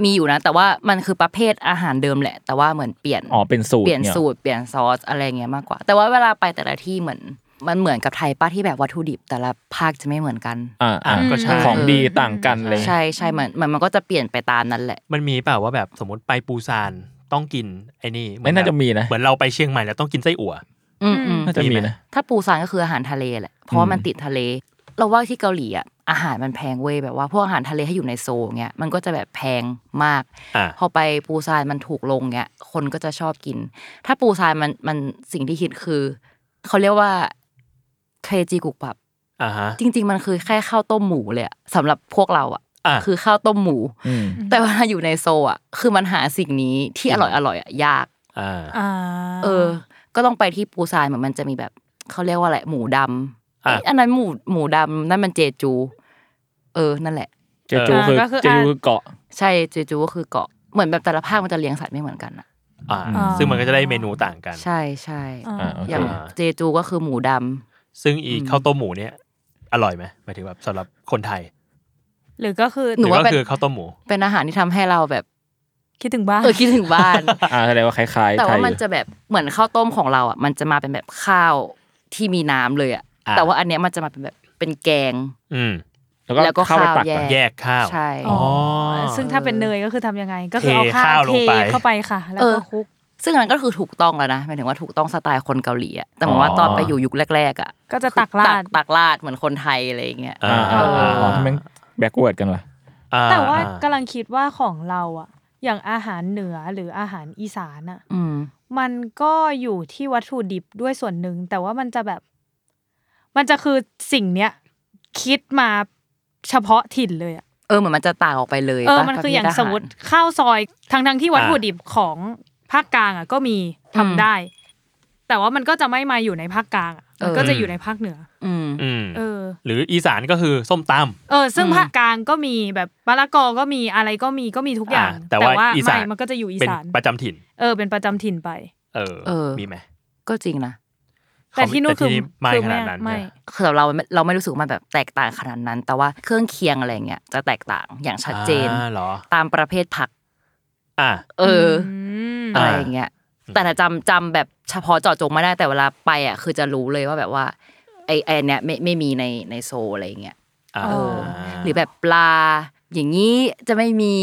E: มีอยู่นะ แต่ว่ามันคือประเภทอาหารเดิมแหละ แต่ว่าเหมือนเปลี่ยน
D: อ๋อเป็นสูตร
E: เปลี่ยน
D: งี้หรอ
E: สูตรเปลี่ยนซอสอะไรเงี้ยมากกว่า แต่ว่าเวลาไปแต่ละที่เหมือน มันเหมือนกับไทยป้าที่แบบวัตถุดิบแต่ละภาคจะไม่เหมือนกัน
D: อ่าอ่า
F: ก็ใช่
D: ของดีต่างกันเลย
E: ใช่ใช่เหมือนมันมันก็จะเปลี่ยนไปตามนั้นแหละ
F: มันมีเปล่าว่าแบบสมมติไปปูซาน ต้องกินไอ้นี่เหอ
D: ไม่น่าจะมีนะ
F: เหมือนเราไปเชียงใหม่แล้วต้องกินไส้อั่ว
E: อืมอืม
D: น่าจะ
F: มี
D: มี
F: ไหม
D: นะ
E: ถ้าปูซานก็คืออาหารทะเลแหละเพราะว่ามันติดทะเล เราว่าที่เกาหลีอ่ะอาหารมันแพงเว้ยแบบว่าพวกอาหารทะเลให้อยู่ในโซนเงี้ยมันก็จะแบบแพงมาก
F: อ่ะ
E: พอไปปูซานมันถูกลงเงี้ยคนก็จะชอบกิน ถ้าปูซานมันมันสิ่งที่ฮิตคือ เขาเรียกว่าเคจีกุกปับ
F: อ่าฮะ
E: จริง ๆ มันคือแค่ข้าวต้มหมูเลยอะสำหรับพวกเราอ่ะ
F: อ่ะ
E: คือข้าวต้มหมู
D: อืม
E: แต่เวลาอยู่ในโซอ่ะ คือมันหาสิ่งนี้ที่
F: อื
E: อ
F: ม
E: ร่อยอร่อยๆอะยาก
F: อ่า
B: อ่า
E: เออ ก็ต้องไปที่ปูซานเหมือนมันจะมีแบบเขาเรียกว่าอะไรหมูดำ
F: อ่ะ
E: เอ้ยอันนั้นหมูหมูดำนั่นมันเจจู เออนั่นแหละ
D: เจจูคือ
B: ก็คือ
D: เจ
B: อ่า
D: จูคือเกาะ
E: ใช่เจจูก็คือเกาะเหมือนแบบแต่ละภาคมันจะเลี้ยงสัตว์ไม่เหมือนกันอ่ะ
F: อ่า
D: อ่า
F: ซึ่งมันก็จะได้เมนูต่างกัน
E: ใช่ใช่
B: อ่า
D: อ่าโอเค
E: อย่างเจจูก็คือหมูดำ
F: ซึ่งอี
E: อืม
F: ข้าวต้มหมูเนี่ย อร่อยไหมหมายถึงแบบสำหรับคนไทย
B: หรือก็คือ
E: หนูว่า
F: ก็
E: เป็น
F: คือข้าวต้มหมู
E: เป็นอาหารที่ทำให้เราแบบ
B: คิดถึงบ้าน
E: เออคิดถึงบ้าน
D: อ่าแสดงว่าคล้ายๆ
E: แต่
D: ไท
E: ว่าย มันจะแบบเหมือนข้าวต้มของเราอ่ะ มันจะมาเป็นแบบข้าวที่มีน้ำเลยอ่ะ
F: อ่า
E: แต่ว่าอันเนี้ยมันจะมาเป็นแบบเป็นแกง
F: อืม
E: แล้วก็
D: เข้าไป
E: ข้าว
D: ตัก
E: แย
D: อะ
F: แยกข้าว
E: ใช่
F: อ๋อ
B: ซึ่งถ้าเป็นเนยก็คือทำยังไง ก็คือเอาข้าว
F: เทข้าวล
B: เท
F: งไป
B: เข้าไปค่ะ แล้ว
E: เออ
B: ก็คลุก
E: ซึ่งอันนั้นก็คือถูกต้องแล้วนะหมายถึงว่าถูกต้องสไตล์คนเกาหลีอ่ะแต่หมายว่าตอนไปอยู่ยุคแรกๆอ่ะ
B: ก็จะตักราด
E: ตักราดเหมือนคนไทยอะไรอย่างเงี้ย
F: อ่า
D: อ่า
F: อ่า
D: อ่าอ๋อ
F: อ่า
D: ทำไมแบกเวิร์ดกันล่ะ
F: อ่
B: แต่ว่า
F: อ่
B: กำลังคิดว่าของเราอะอย่างอาหารเหนือหรืออาหารอีสานอะ
E: อืม
B: มันก็อยู่ที่วัตถุดิบด้วยส่วนหนึ่ง แต่ว่ามันจะแบบ มันจะคือสิ่งเนี้ยคิดมาเฉพาะถิ่นเลยอะ
E: เออเหมือนมันจะต่างออกไปเลย
B: เออ
E: ปะ
B: มัน
E: ประ
B: คือ
E: เภท
B: อย่าง
E: หร
B: สมมติข้าวซอยทั้งทั้งๆที่วัตถุดิบของภาคกลางอะก็มีทำได้ แต่ว่ามันก็จะไม่มาอยู่ในภาคกลางอะมันก็จะอยู่ในภาคเหนือ
E: อืม
F: อืม
B: เออ
F: หรืออีสานก็คือส้มตำ
B: เออซึ่ง
E: อืม
B: ภาคกลางก็มีแบบมะละกอก็มีอะไรก็มีก็มีทุกอย่าง
F: แต่ว่าอีสาน
B: ไม่มันก็จะอยู่อี
F: เป็น
B: สาน
F: ประจำถิ่น
B: เออ เป็นประจำถิ่นไป
F: เออ
E: เออ
F: มีไหม
E: ก็จริงนะ
B: แต่ที่นู่นคือ
F: แต่
B: คือ
F: ไม่ขนาดนั้น
B: ไม่
F: ใช่ไหม
E: คือเราเราเราไม่รู้สึกว่ามันแบบแตกต่างขนาดนั้น แต่ว่าเครื่องเคียงอะไรอย่างเงี้ยจะแตกต่างอย่างชัดเจน
F: อ่าเหรอ
E: ตามประเภทผัก
F: อ่ะ
E: เอออ
B: ม
E: อะไรอย่างเงี้ย แต่ถ้าจำจำแบบเฉพาะเจาะจงไม่ได้แต่เวลาไปอ่ะคือจะรู้เลยว่าแบบว่าไอไออันเนี้ยไม่ไม่มีในในโซลอะไรอย่างเงี้ย
F: อ่า
B: เออ
E: หรือแบบปลา อย่างนี้จะไม่มี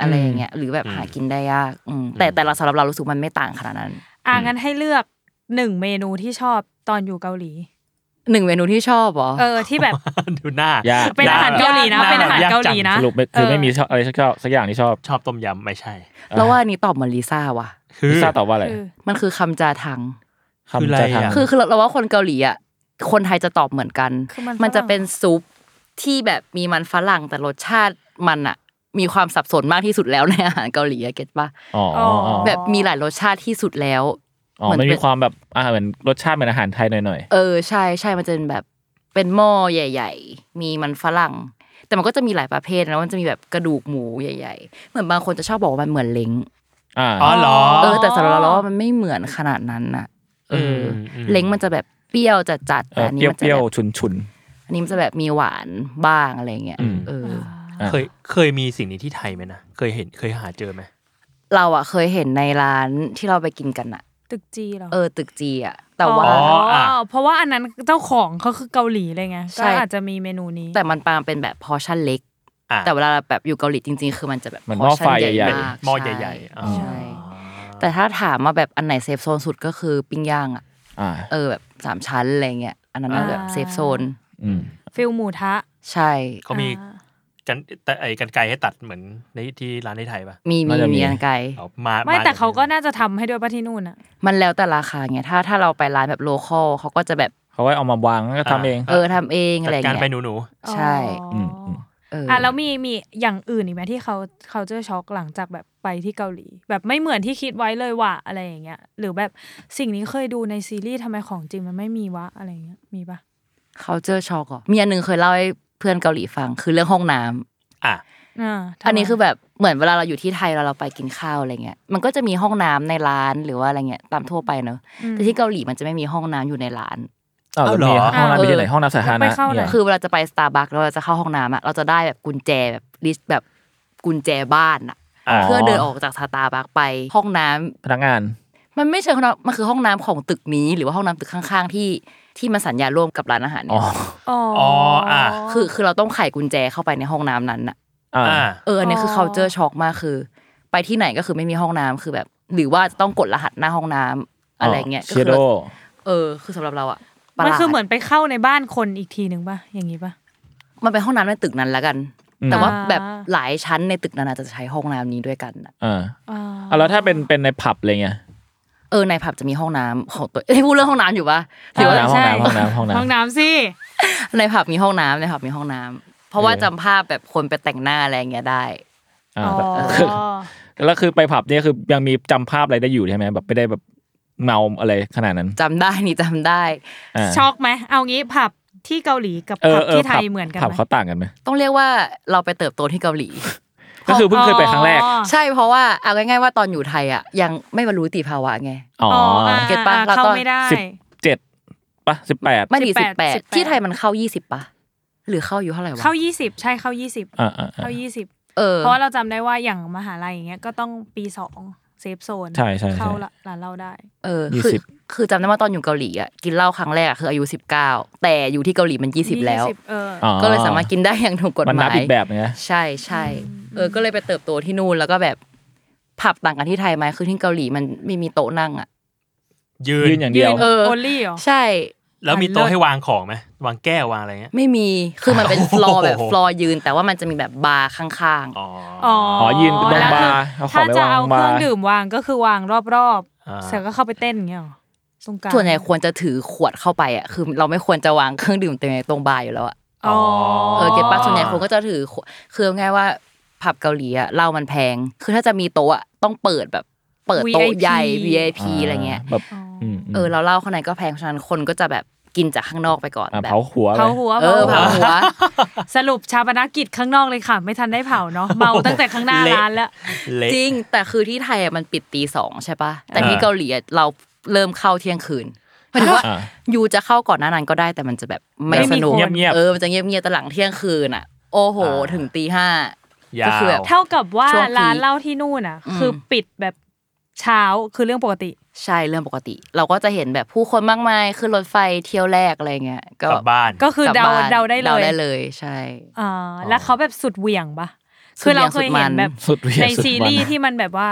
E: อะไรอย่างเงี้ยหรือแบบหากินได้ยากอืมแต่แต่เราสำหรับเรารู้สึกมันไม่ต่างขนาดนั้น
B: อ่ะงั้นให้เลือกหนึ่งเมนูที่ชอบตอนอยู่เกาหลี
E: หนึ่งเมนูที่ชอบเหรอ
B: เออ ที่แบบ
F: ดูหน้าย
D: าก
B: เป็นอาหารเกาหลีนะ
F: ย
B: เป็นอาหาร
F: ย
B: เกาหลี
F: จัง
B: นะ
D: สรุปไม่คือไม่มีชอบอะไรสักชอบสักอย่างที่ชอบ
F: ชอบต้มยำไม่ใช่
E: แล้วว่าอันนี้ตอบเหมือนลิซ่าว่ะ
F: คือ
D: ลิซ่าตอบว่าอะไร
B: คือ
E: มันคือคำจาทัง
F: คืออะไร
D: คำจะท
F: อ่ะ
E: คือคือเราเราว่าคนเกาหลีอ่ะคนไทยจะตอบเหมือนกัน
B: คือมันฝรั่ง
E: มันจะเป็นซุปที่แบบมีมันฝรั่งแต่รสชาติมันอ่ะ มีความสับสนมากที่สุดแล้วในอาหารเกาหลีอะเก็ตปะ
D: ำอ๋ออ๋ออ๋อ
E: แบบมีหลายรสชาติที่สุดแล้ว
D: อ๋อมันมีความแบบอ่าเหมือนรสชาติเหมือนอาหารไทยหน่อย
E: เออใช่ใช่มันจะเป็นแบบเป็นหม้อใหญ่ ๆ มีมันฝรั่ง แต่มันก็จะมีหลายประเภทนะมันจะมีแบบกระดูกหมูใหญ่ ๆ เหมือนบางคนจะชอบบอกว่ามันเหมือนเล้ง
D: ๆอ่า
F: อ๋อเหรอ
E: เออแต่สำหรับเราเราว่ามันไม่เหมือนขนาดนั้นน่ะเอออ
F: มอืม
E: เล้งมันจะแบบเปรี้ยวจัดๆ
D: เอ
E: แต่
D: อ
E: อัน
D: เป
E: นี้
D: รี้ยว
E: มัน
D: เป
E: จะ
D: รี้ยว
E: แบบ
D: ฉุนฉุน
E: อันนี้มันจะแบบมีหวานบ้างอะไรเงี้ย
D: อืม
E: เออ
D: อ่ะ
F: เคย เคยมีสิ่งนี้ที่ไทยไหมนะ เคยเห็น เคยหาเจอไหม
E: เราอะเคยเห็นในร้านที่เราไปกินกันอะ
B: ตึกจีเหรอ
E: เออตึกจีอะแต่ว่า
B: อ๋อ
F: อ่ะ
B: เพราะว่าอันนั้นเจ้าของเขาคือเกาหลีเลยไง
E: ใช่
B: ก็อาจจะมีเมนูนี้
E: แต่มันปางเป็นแบบพอชั่นเล็ก
F: อ่ะ
E: แต่เวลาแบบอยู่เกาหลีจริง ๆ คือมันจะแบบ
D: เหมือน
E: portion
D: หม้อไฟใหญ่ๆ
E: มาก
F: หม้อใหญ่ๆอ๋อ
E: ใช่ แต่ถ้าถามว่าแบบอันไหนเซฟโซนสุดก็คือปิ้งย่างอะ
D: ๆอ่า
E: เออแบบสามชั้นอะไรเงี้ยอันนั้นน่ะ
B: อ่า
E: แบบเซฟโซน
D: อืม
B: ฟิลหมูทะ
E: ใช่
F: เขามีกันแต่ไอ้กันไกรให้ตัดเหมือนในที่ร้านในไทยปะ
E: มีมี
D: น่าจะมี
E: มีอันไกล
F: เอามา
B: ไม่
F: า
B: แต่เขาก็
F: แบบนี้
B: น่าจะทำให้ด้วยป่ะที่นู่นอะ
E: มันแล้วแต่ราคาเงี้ยถ้าถ้าเราไปร้านแบบโลคอลเขาก็จะแบบ
D: เขาไว้เอามาวางแล้วก็ทำเอง
E: เออทำเองอะไร
F: จัดการ
E: เงี้
F: ไป
E: ย
F: หนูหนู
E: ใช่
B: อ๋อ
D: มอื
B: อ
D: ม
E: เอออ
B: อ่ะแล้วมีมีอย่างอื่นอีกไหมที่เขาเขาเจอช็อกหลังจากแบบไปที่เกาหลี แบบไม่เหมือนที่คิดไว้เลยว่ะอะไรอย่างเงี้ยหรือแบบสิ่งนี้เคยดูในซีรีส์ทำไมของจริงมันไม่มีวะอะไรอย่างเงี้ยมีปะ
E: เขาเจอช็อกเหรอมีอันหนึ่งเคยเล่าให้เพื่อนเกาหลีฟังคือเรื่องห้องน้ำ
F: ๆอ่ะ
B: อ่า
E: อันนี้คือแบบเหมือนเวลาเราอยู่ที่ไทยเราเราไปกินข้าวอะไรเงี้ยมันก็จะมีห้องน้ำในร้านหรือว่าอะไรเงี้ยตามทั่วไปเนอะแต่ที่เกาหลีมันจะไม่มีห้องน้ำอยู่ในร้าน
D: อ้าว
F: เอา
D: แล้ว
F: เหรอ
D: มีห้องน้ำไปที่ไหน
E: เออ
D: ห้องน้ำสาธาร
B: ไป
D: ณะ
B: เข้าไหน
D: เนี่ย
E: คือเวลาจะไปสตาร์บัคแล้วเราจะเข้าห้องน้ำอะเราจะได้แบบกุญแจแบบลิสต์แบบกุญแจบ้านอะเพื่อเดินออกจากสตาร์บัคไปห้องน้ำ
D: พนักงาน
E: มันไม่ใช่ห้องน้ำมันคือห้องน้ำของตึกนี้ หรือว่าห้องน้ำตึกข้างๆที่ที่มันสัญญาร่วมกับร้านอาหาร
D: อ๋
E: เนี่
D: อย
B: อ๋อ
F: อ๋ออ่ะ
E: คือคือเราต้องไขกุญแจเข้าไปในห้องน้ำนั้นอะ
D: อ่า
F: อ่ะ
E: เอออันนี้คือ culture shock มากคือ ไปที่ไหนก็คือไม่มีห้องน้ำคือแบบ หรือว่าต้องกดรหัสหน้าห้องน้ำอะไรเงี้ย
D: เชโด
E: เออ คือสำหรับเราอะ
B: มันคือ
E: ประลาด
B: เหมือนไปเข้าในบ้านคนอีกทีหนึ่งป่ะอย่างนี้ป่ะ
E: มันเป็นห้องน้ำในตึกนั้นละกัน
D: อืม
E: แต่ว่า
B: อ่า
E: แบบหลายชั้นในตึกนั้นอาจจะใช้ห้องน้ำนี้ด้วยกันน่ะ
D: อ่าอ่ะแล้วถ้าเป็นเป็นในผับอะไรเงี้ย
E: เออในผับจะมีห้องน้ำของตัวเอ้ยพูดเรื่องห้องน้ำอยู่ปะ
D: ห้องน้ำ
B: ใช่
D: ห้องน้ำห้องน้ำห้องน้ำ
B: ห้องน้ำสิ
E: ในผับมีห้องน้ำในผับมีห้องน้ำเพราะว่าจำภาพแบบคนไปแต่งหน้าอะไรเงี้ยได้
D: อ่า
B: อ๋อ
D: แต่ แล้วคือไปผับเนี่ยคือยังมีจำภาพอะไรได้อยู่ใช่ไหมแบบไม่ได้แบบเมาอะไรขนาดนั้น
E: จำได้ นี่จำได้
D: า
B: ช็อกไหมเอางี้ผับที่เกาหลีกับ
D: เอ
B: ผั
D: อบ เออ
B: ที่ไท
D: ผับ
B: ยเหมือนกัน
D: ผับ
B: ไหม
D: เขาต่างกันไหม
E: ต้องเรียกว่าเราไปเติบโตที่เกาหลี
D: ก็คือเพิ่งเคยไปครั้งแรก
B: อ๋อ
E: ใช่เพราะว่าเอาง่ายๆว่าตอนอยู่ไทยอ่ะยังไม่บรรลุนิติภาวะไง
D: อ๋ออ
B: อ่า
E: เก็ตปะเรา
B: เข้า
E: ต้อง
B: ไม่ได้
D: สิบเจ็ดปะสิบแปด
E: ไม่ดีสิบแปด
B: 18
E: ที่ไทยมันเข้ายี่สิบปะหรือเข้าอยู่เท่าไหร่วะ
B: เข้ายี่สิบใช่เข้ายี่สิบ
D: อ่าอ่าอ่า
B: เข้ายี่สิบ
E: เออ
B: เพราะว่าเราจำได้ว่าอย่างมหาลัยอย่างเงี้ยก็ต้องปีสองเซฟโซน
D: ใช่ใช่ใช่
B: เข้าละร้านเราได้
E: เออคือ
D: 20
E: คือจำได้ว่าตอนอยู่เกาหลีอ่ะกินเหล้าครั้งแรกอะคืออายุสิบเก้าแต่อยู่ที่เกาหลีมันยี่สิบแล้ว
B: เออ
D: อ๋อ
E: ก็เลยสามารถกินได้อย่างถูกกฎ
D: มัน
E: ห
D: นั
E: มา
D: บ
E: ย
D: อีกแบบนึงนะ
E: ใช่ใช่เออก็เลยไปเติบโตที่นู่นแล้วก็แบบผับต่างกันที่ไทยไหมคือที่เกาหลีมันไม่มีโต๊ะนั่งอ่ะ
F: ยื
D: ยืนอย่างเดียว
E: เออ
B: โอลี่เหรอ
E: ใช่
F: แล้วมี
B: อันเลิ
F: โต๊ะ
B: ศ
F: ให้วางของไหมวางแก้ววางอะไรเงี้ย
E: ไม่มี คือมันเป็นฟลอร์แบบ
F: โอ้โห
E: ฟลอร์ยืน แต่ว่ามันจะมีแบบบาร์ข้าง
F: อ๋อ
B: อ๋อ
D: อ๋อยืนตรง
B: แล้ว
D: บาร์
B: คือ
D: เอาของ
B: ถ้า
D: ไป
B: จะ
D: วาง
B: เอาเค
D: บา
B: รื่อ
D: ร์
B: งดื่มวางก็คือวางรอบ
F: อ่า
B: ๆเสร็จก็เข้าไปเต้นอย่างเงี้ยเหรอตรงกลาง
E: ๆ ส่วนใหญ่ควรจะถือขวดเข้าไปอ่ะ คือเราไม่ควรจะวางเครื่องดื่มเต็มในตรงบาร์อยู่แล้วอ่ะ
B: อ๋อ
E: เออเก็ตปะส่วนใหญ่คนก็จะถือขวดคือง่ายๆว่าผับเกาหลีอ่ะเหล้ามันแพง คือถ้าจะมีโต๊ะอะต้องเปิดแบบเปิดโต๊ะใหญ่ VIP อะไรเงี้ย
D: แบบ
B: อ๋อ
D: ม
E: เออเราเหล้าข้างในก็แพง เพราะฉะนั้นคนก็จะแบบกินจากข้างนอกไปก่อน
D: อ่ะ
E: แบบ
D: เผาหัว
B: เผา
D: เลย
B: หัว
E: เออเผาหัว
B: สรุปชาปนกิจข้างนอกเลยค่ะ ไม่ทันได้เผาเนาะเมาตั้งแต่ข้างหน้าร้านแล้ว
F: เละ
E: จริง แต่คือที่ไทยอะมันปิดตีสองใช่ปะแต่ที่เกาหลีอะเราเริ่มเข้าเที่ยงคืนหมายถึงว่า
D: อ่า
E: ยูจะเข้าก่อนหน้านั้นก็ได้แต่มันจะแบบไม่
D: แบบ
E: สนุก
D: เงียบๆ
E: เออมันจะเงียบเงียบๆแต่หลังเที่ยงคืนอ่ะ โอ้โห
D: อ่า
E: ถึงตีห้า
F: ยา
E: ก็คือแบบ
F: ว
B: เท่ากับว่า
E: ช่วงพีค
B: ร้านเหล้าที่นู่นอ่ะ
E: อืม
B: คือปิดแบบเช้าคือเรื่องปกติ
E: ใช่เรื่องปกติ เราก็จะเห็นแบบผู้คนมากมายขึ้นรถไฟเที่ยวแรกอะไรเงี้ยก็
F: กลับบ้าน
B: ก็คือก
E: ลับ
B: เดา
E: บ้น
B: เดาได้เล
E: เดาย ได้เลยใช่
B: อ่าแล้วเขาแบบสุดเหวี่ยงปะ
E: สุ
B: คื
E: ด
B: อ
E: เหวี่
B: เรา
E: ยง
B: เคย
E: สุด
B: เห็น
E: มัน
B: แบบ
D: สุดเหวี่ยง
B: ใน
D: สุดมัน
B: ซีรีส์ที่มันแบบว่า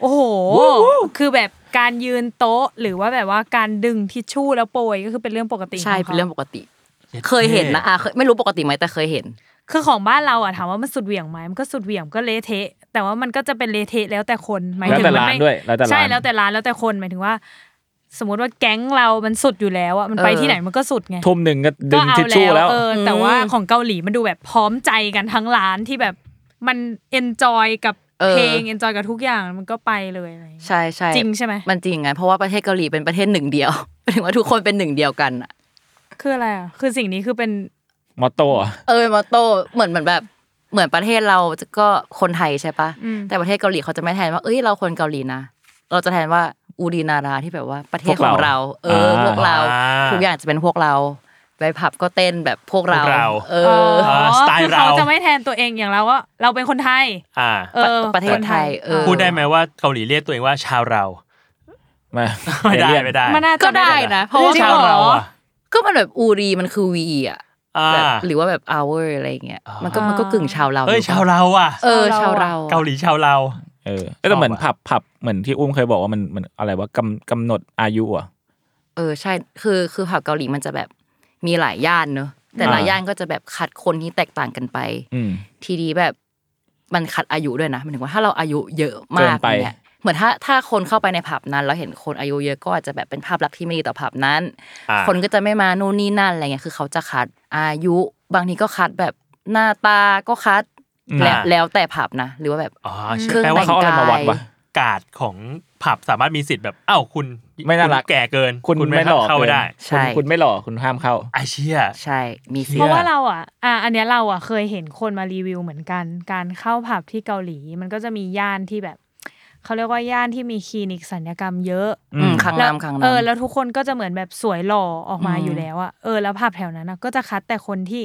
B: โอ้โห คือแบบการยืนโต๊ะ หรือว่าแบบว่าการดึงทิชชู่แล้วโปรยก็คือเป็นเรื่องปกติ
E: ใช่
B: ขขา
E: เป็นเรื่องปกติ เคยเห็นนะอ่ะเคยไม่รู้ปกติไหมแต่เคยเห็น
B: คือของบ้านเราอ่ะถามว่ามันสุดเหวี่ยงไหมมันก็สุดเหวี่ยงก็เละเทะ แต่ว่ามันก็จะเป็นเละเทะแล้วแต่คนหมาย
D: แล้ว
B: ถึง
D: แต่
B: มั
D: ร้าน
B: ไม่
D: ด้วยแล้วแต่ร้าน
B: ใช่แล้วแต่ร้านแล้วแต่คนหมายถึงว่า สมมติว่าแก๊งเรามันสุดอยู่แล้วอะมันไป
E: เออ
B: ที่ไหนมันก็สุดไง
D: ทุ่มหนึ่งก็ดึง
B: ก็เอา
D: ทิชชู่แล้ว
B: เอออ
E: ม
B: แต่ว่าของเกาหลีมันดูแบบพร้อมใจกันทั้งร้านที่แบบมันเอนจอยกับเพลงเอนจอยกับทุกอย่างมันก็ไปเลยอะไรอย่างเงี้ย
E: ใช่ใช่
B: จริงใช่ไหม
E: มันจริงไงเพราะว่าประเทศเกาหลีเป็นประเทศหนึ่งเดียว หมายถึงว่าทุกคนเป็นหนึ่งเดียวกันอะ
B: คืออะไรอ่ะคือสิ่งนี้คือเป็น
D: มอตโต้อะ
E: เออมอตโต้เหมือนเหมือนแบบเหมือนประเทศเราก็คนไทยใช่ปะ
B: อืม
E: แต่ประเทศเกาหลีเขาจะไม่แทนว่าเอ้ยเราคนเกาหลีนะเราจะแทนว่าอูดีนาราที่แบบว่าประเทศ
D: พวก
E: ขอ
D: เรา
E: งเรา เออ
D: อ่า
E: พวกเรา
F: อ่า
E: ทุกอย่างจะเป็นพวกเราไปผับก็เต้นแบบพวกเรา
F: พวกเรา
E: เอ
B: เอ
E: อ
B: อ
F: สไตล์
B: คือเขา
F: เรา
B: จะไม่แทนตัวเองอย่างเราว่าเราเป็นคนไทย
F: อ่า
B: เออ
E: ประเทศไทยเออ
F: พูดได้ไหมว่าเกาหลีเรียกตัวเองว่าชาวเรา
D: มา
F: ไม่ได้
D: เอเลี่ยน
F: ไม่ได้
B: มันน่าจะ
E: ก็ได้นะ เพราะว่า
B: จง
F: ชาว
B: หอ
F: เราอ่ะ
E: ก็มันแบบอูรีมันคือวีอ่ะ
F: อ่า
E: แบบหรือว่าแบบ hour อะไรอย่างเงี้ยมันก็
B: อ่ามั
E: มันก็กึ่งชาวเรา
F: เอ้
E: อ
F: ย
E: ยู่ปะ
F: ชาวเราอ่ะ
E: เออชาวเรา
F: เกาหลีชาวเรา
D: เออเอ้ยแต่เหมือน
F: ชอบอะ
D: ผับผับเหมือนที่อุ้มเคยบอกว่ามันมันอะไรว่ากำกำหนดอายุอ่ะ
E: เออใช่คือคือผับเกาหลีมันจะแบบมีหลายย่านเนอะแต่ละ
D: อ่า
E: ย่านก็จะแบบคัดคนที่แตกต่างกันไป
D: อืม
E: ทีนี้แบบมันคัดอายุด้วยนะหมายถึงว่าถ้าเราอายุเยอะมาก
D: เกินไป
E: เนี่ยเหมือนถ้าถ้าคนเข้าไปในผับนั้น แล้วเห็นคนอายุเยอะก็อาจจะแบบเป็นภาพลักษณ์ที่ไม่ดีต่อผับนั้น
F: อ่า
E: คนก็จะไม่มานู่นนี่นั่นอะไรเงี้ยคือเขาจะคัดอายุบางทีก็คัดแบบหน้าตาก็คัด
D: อืม
E: แล้ว
F: อ่า
E: แล้วแต่ผับนะ หรือว่าแบบ
F: อ๋อ
E: เครื่อง
F: แปล
D: ว่า
F: ว่า
D: เขาเอาอะไรมาวัดวะ
F: กาดของผับสามารถมีสิทธิ์แบบอ้าวคุณ
D: ไม่น่ารัก
F: คุณแก่เกิน
D: คุณไม่หล่อ
F: เข้าไม่ได้
D: กิน
E: ใช่
D: คุณคุณไม่หล่อคุณห้ามเข้า
F: ไอเชี่ย
E: ใช่มีสิ
F: เชื่
E: ท
B: เพ
F: อ
B: ราะ
E: ธิ์
B: ว่าเราอ่ะ อ่ะอันเนี้ยเราอ่ะเคยเห็นคนมารีวิวเหมือนกัน การเข้าผับที่เกาหลี มันก็จะมีย่านที่แบบ เขาเรียกว่าย่านที่มีคลินิกสัญญกรรมเยอะ
E: อืมครั้ง
B: แล้ว
E: น้ำครั้ง
B: เออ
E: น้ำ
B: แล้วทุกคนก็จะเหมือนแบบสวยหล่อออกมา
E: อืม
B: อยู่แล้วอ่ะ เออ แล้วผับแถวนั้นอะก็จะคัดแต่คนที่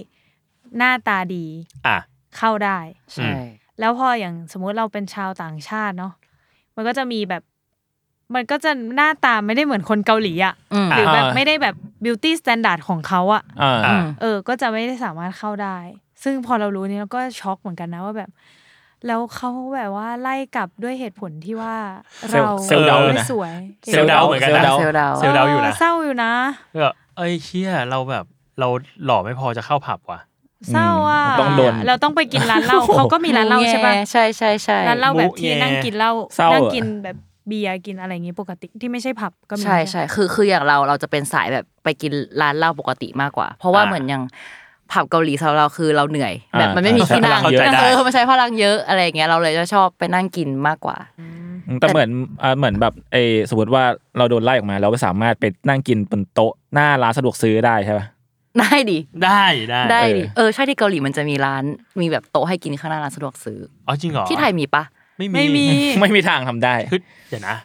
B: หน้าตาดี
F: อ่ะ
B: เข้าได้
E: ใช่
B: แล้วพออย่างสมมุติเราเป็นชาวต่างชาติเนาะ มันก็จะมีแบบ มันก็จะหน้าตาไม่ได้เหมือนคนเกาหลีอ่ะ
E: อืม
B: หรือแบบ
D: อ่า
B: ไม่ได้แบบบิวตี้สแตนดาร์ดของเขาอ่ะ
D: อ่า
F: อ่า
B: เออ ก็จะไม่ได้สามารถเข้าได้ ซึ่งพอเรารู้นี่เราก็ช็อกเหมือนกันนะว่าแบบ แล้วเขาแบบว่าไล่กลับด้วยเหตุผลที่ว่า
D: เซลล์
B: เรา
D: เซลล์เดา
B: ไม่
D: นะ
B: สวย
F: เซลล์ดาวเหมือนกันนะ
E: เซลล์ดาว
F: เซลล์ดาวอยู่นะ
B: เศร้าอยู่นะ
F: ก็เอ้ยเชี่ยเราแบบเราหล่อไม่พอจะเข้าผับว่ะ
B: เศร้าอ่ะ
D: อืมต้องโดน
B: เราต้องไปกินร้าน เหล้าเขาก็มีร้านเหล้าใช่ปะ
E: ใช่ใช่ใช่
B: ร้านเหล้าแบบ
F: มุ
B: ที่
F: แย่
B: นั่งกินเหล้า
D: เศร้าอะ
B: นั่งกินแบบเบียร์กินอะไรอย่างงี้ปกติที่ไม่ใช่ผับก็มี
E: ใช่ใช่คือคืออย่างเราเราจะเป็นสายแบบไปกินร้านเหล้าปกติมากกว่า เพราะว่า
F: อ่า
E: เหมือนอย่างผับเกาหลีสำหรับเราคือเราเหนื่อย แบบ
D: อ่ามั
E: มันไม่มี
D: ใช้
E: ที่
D: พลั
E: นั่
D: ง
E: ง
D: เยอะ
F: ได้
E: เออมันใช้พลังเยอะอะไรอย่างเงี้ยเราเลยจะชอบไปนั่งกินมากก ว่า
D: แต่เหมือนอ่าเหมือนแบบเออสมมติว่าเราโดนไล่ออกมา เราสามารถไปนั่งกินบนโต๊ะหน้าร้านสะดวกซื้อได้ใช่ป่ะ
E: ได้ดิ
F: ได้ได้
E: ได้ดิเออใช่ที่เกาหลีมันจะมีร้านมีแบบโต๊ะให้กินข้างหน้าร้านสะดวกซื้อ
F: อ๋อจริงเหรอ
E: ที่ไทยมีปะ
F: ไม่มี
B: ไม่มี
D: ไม่มีทางทำได้
F: คือเดี๋ยวนะ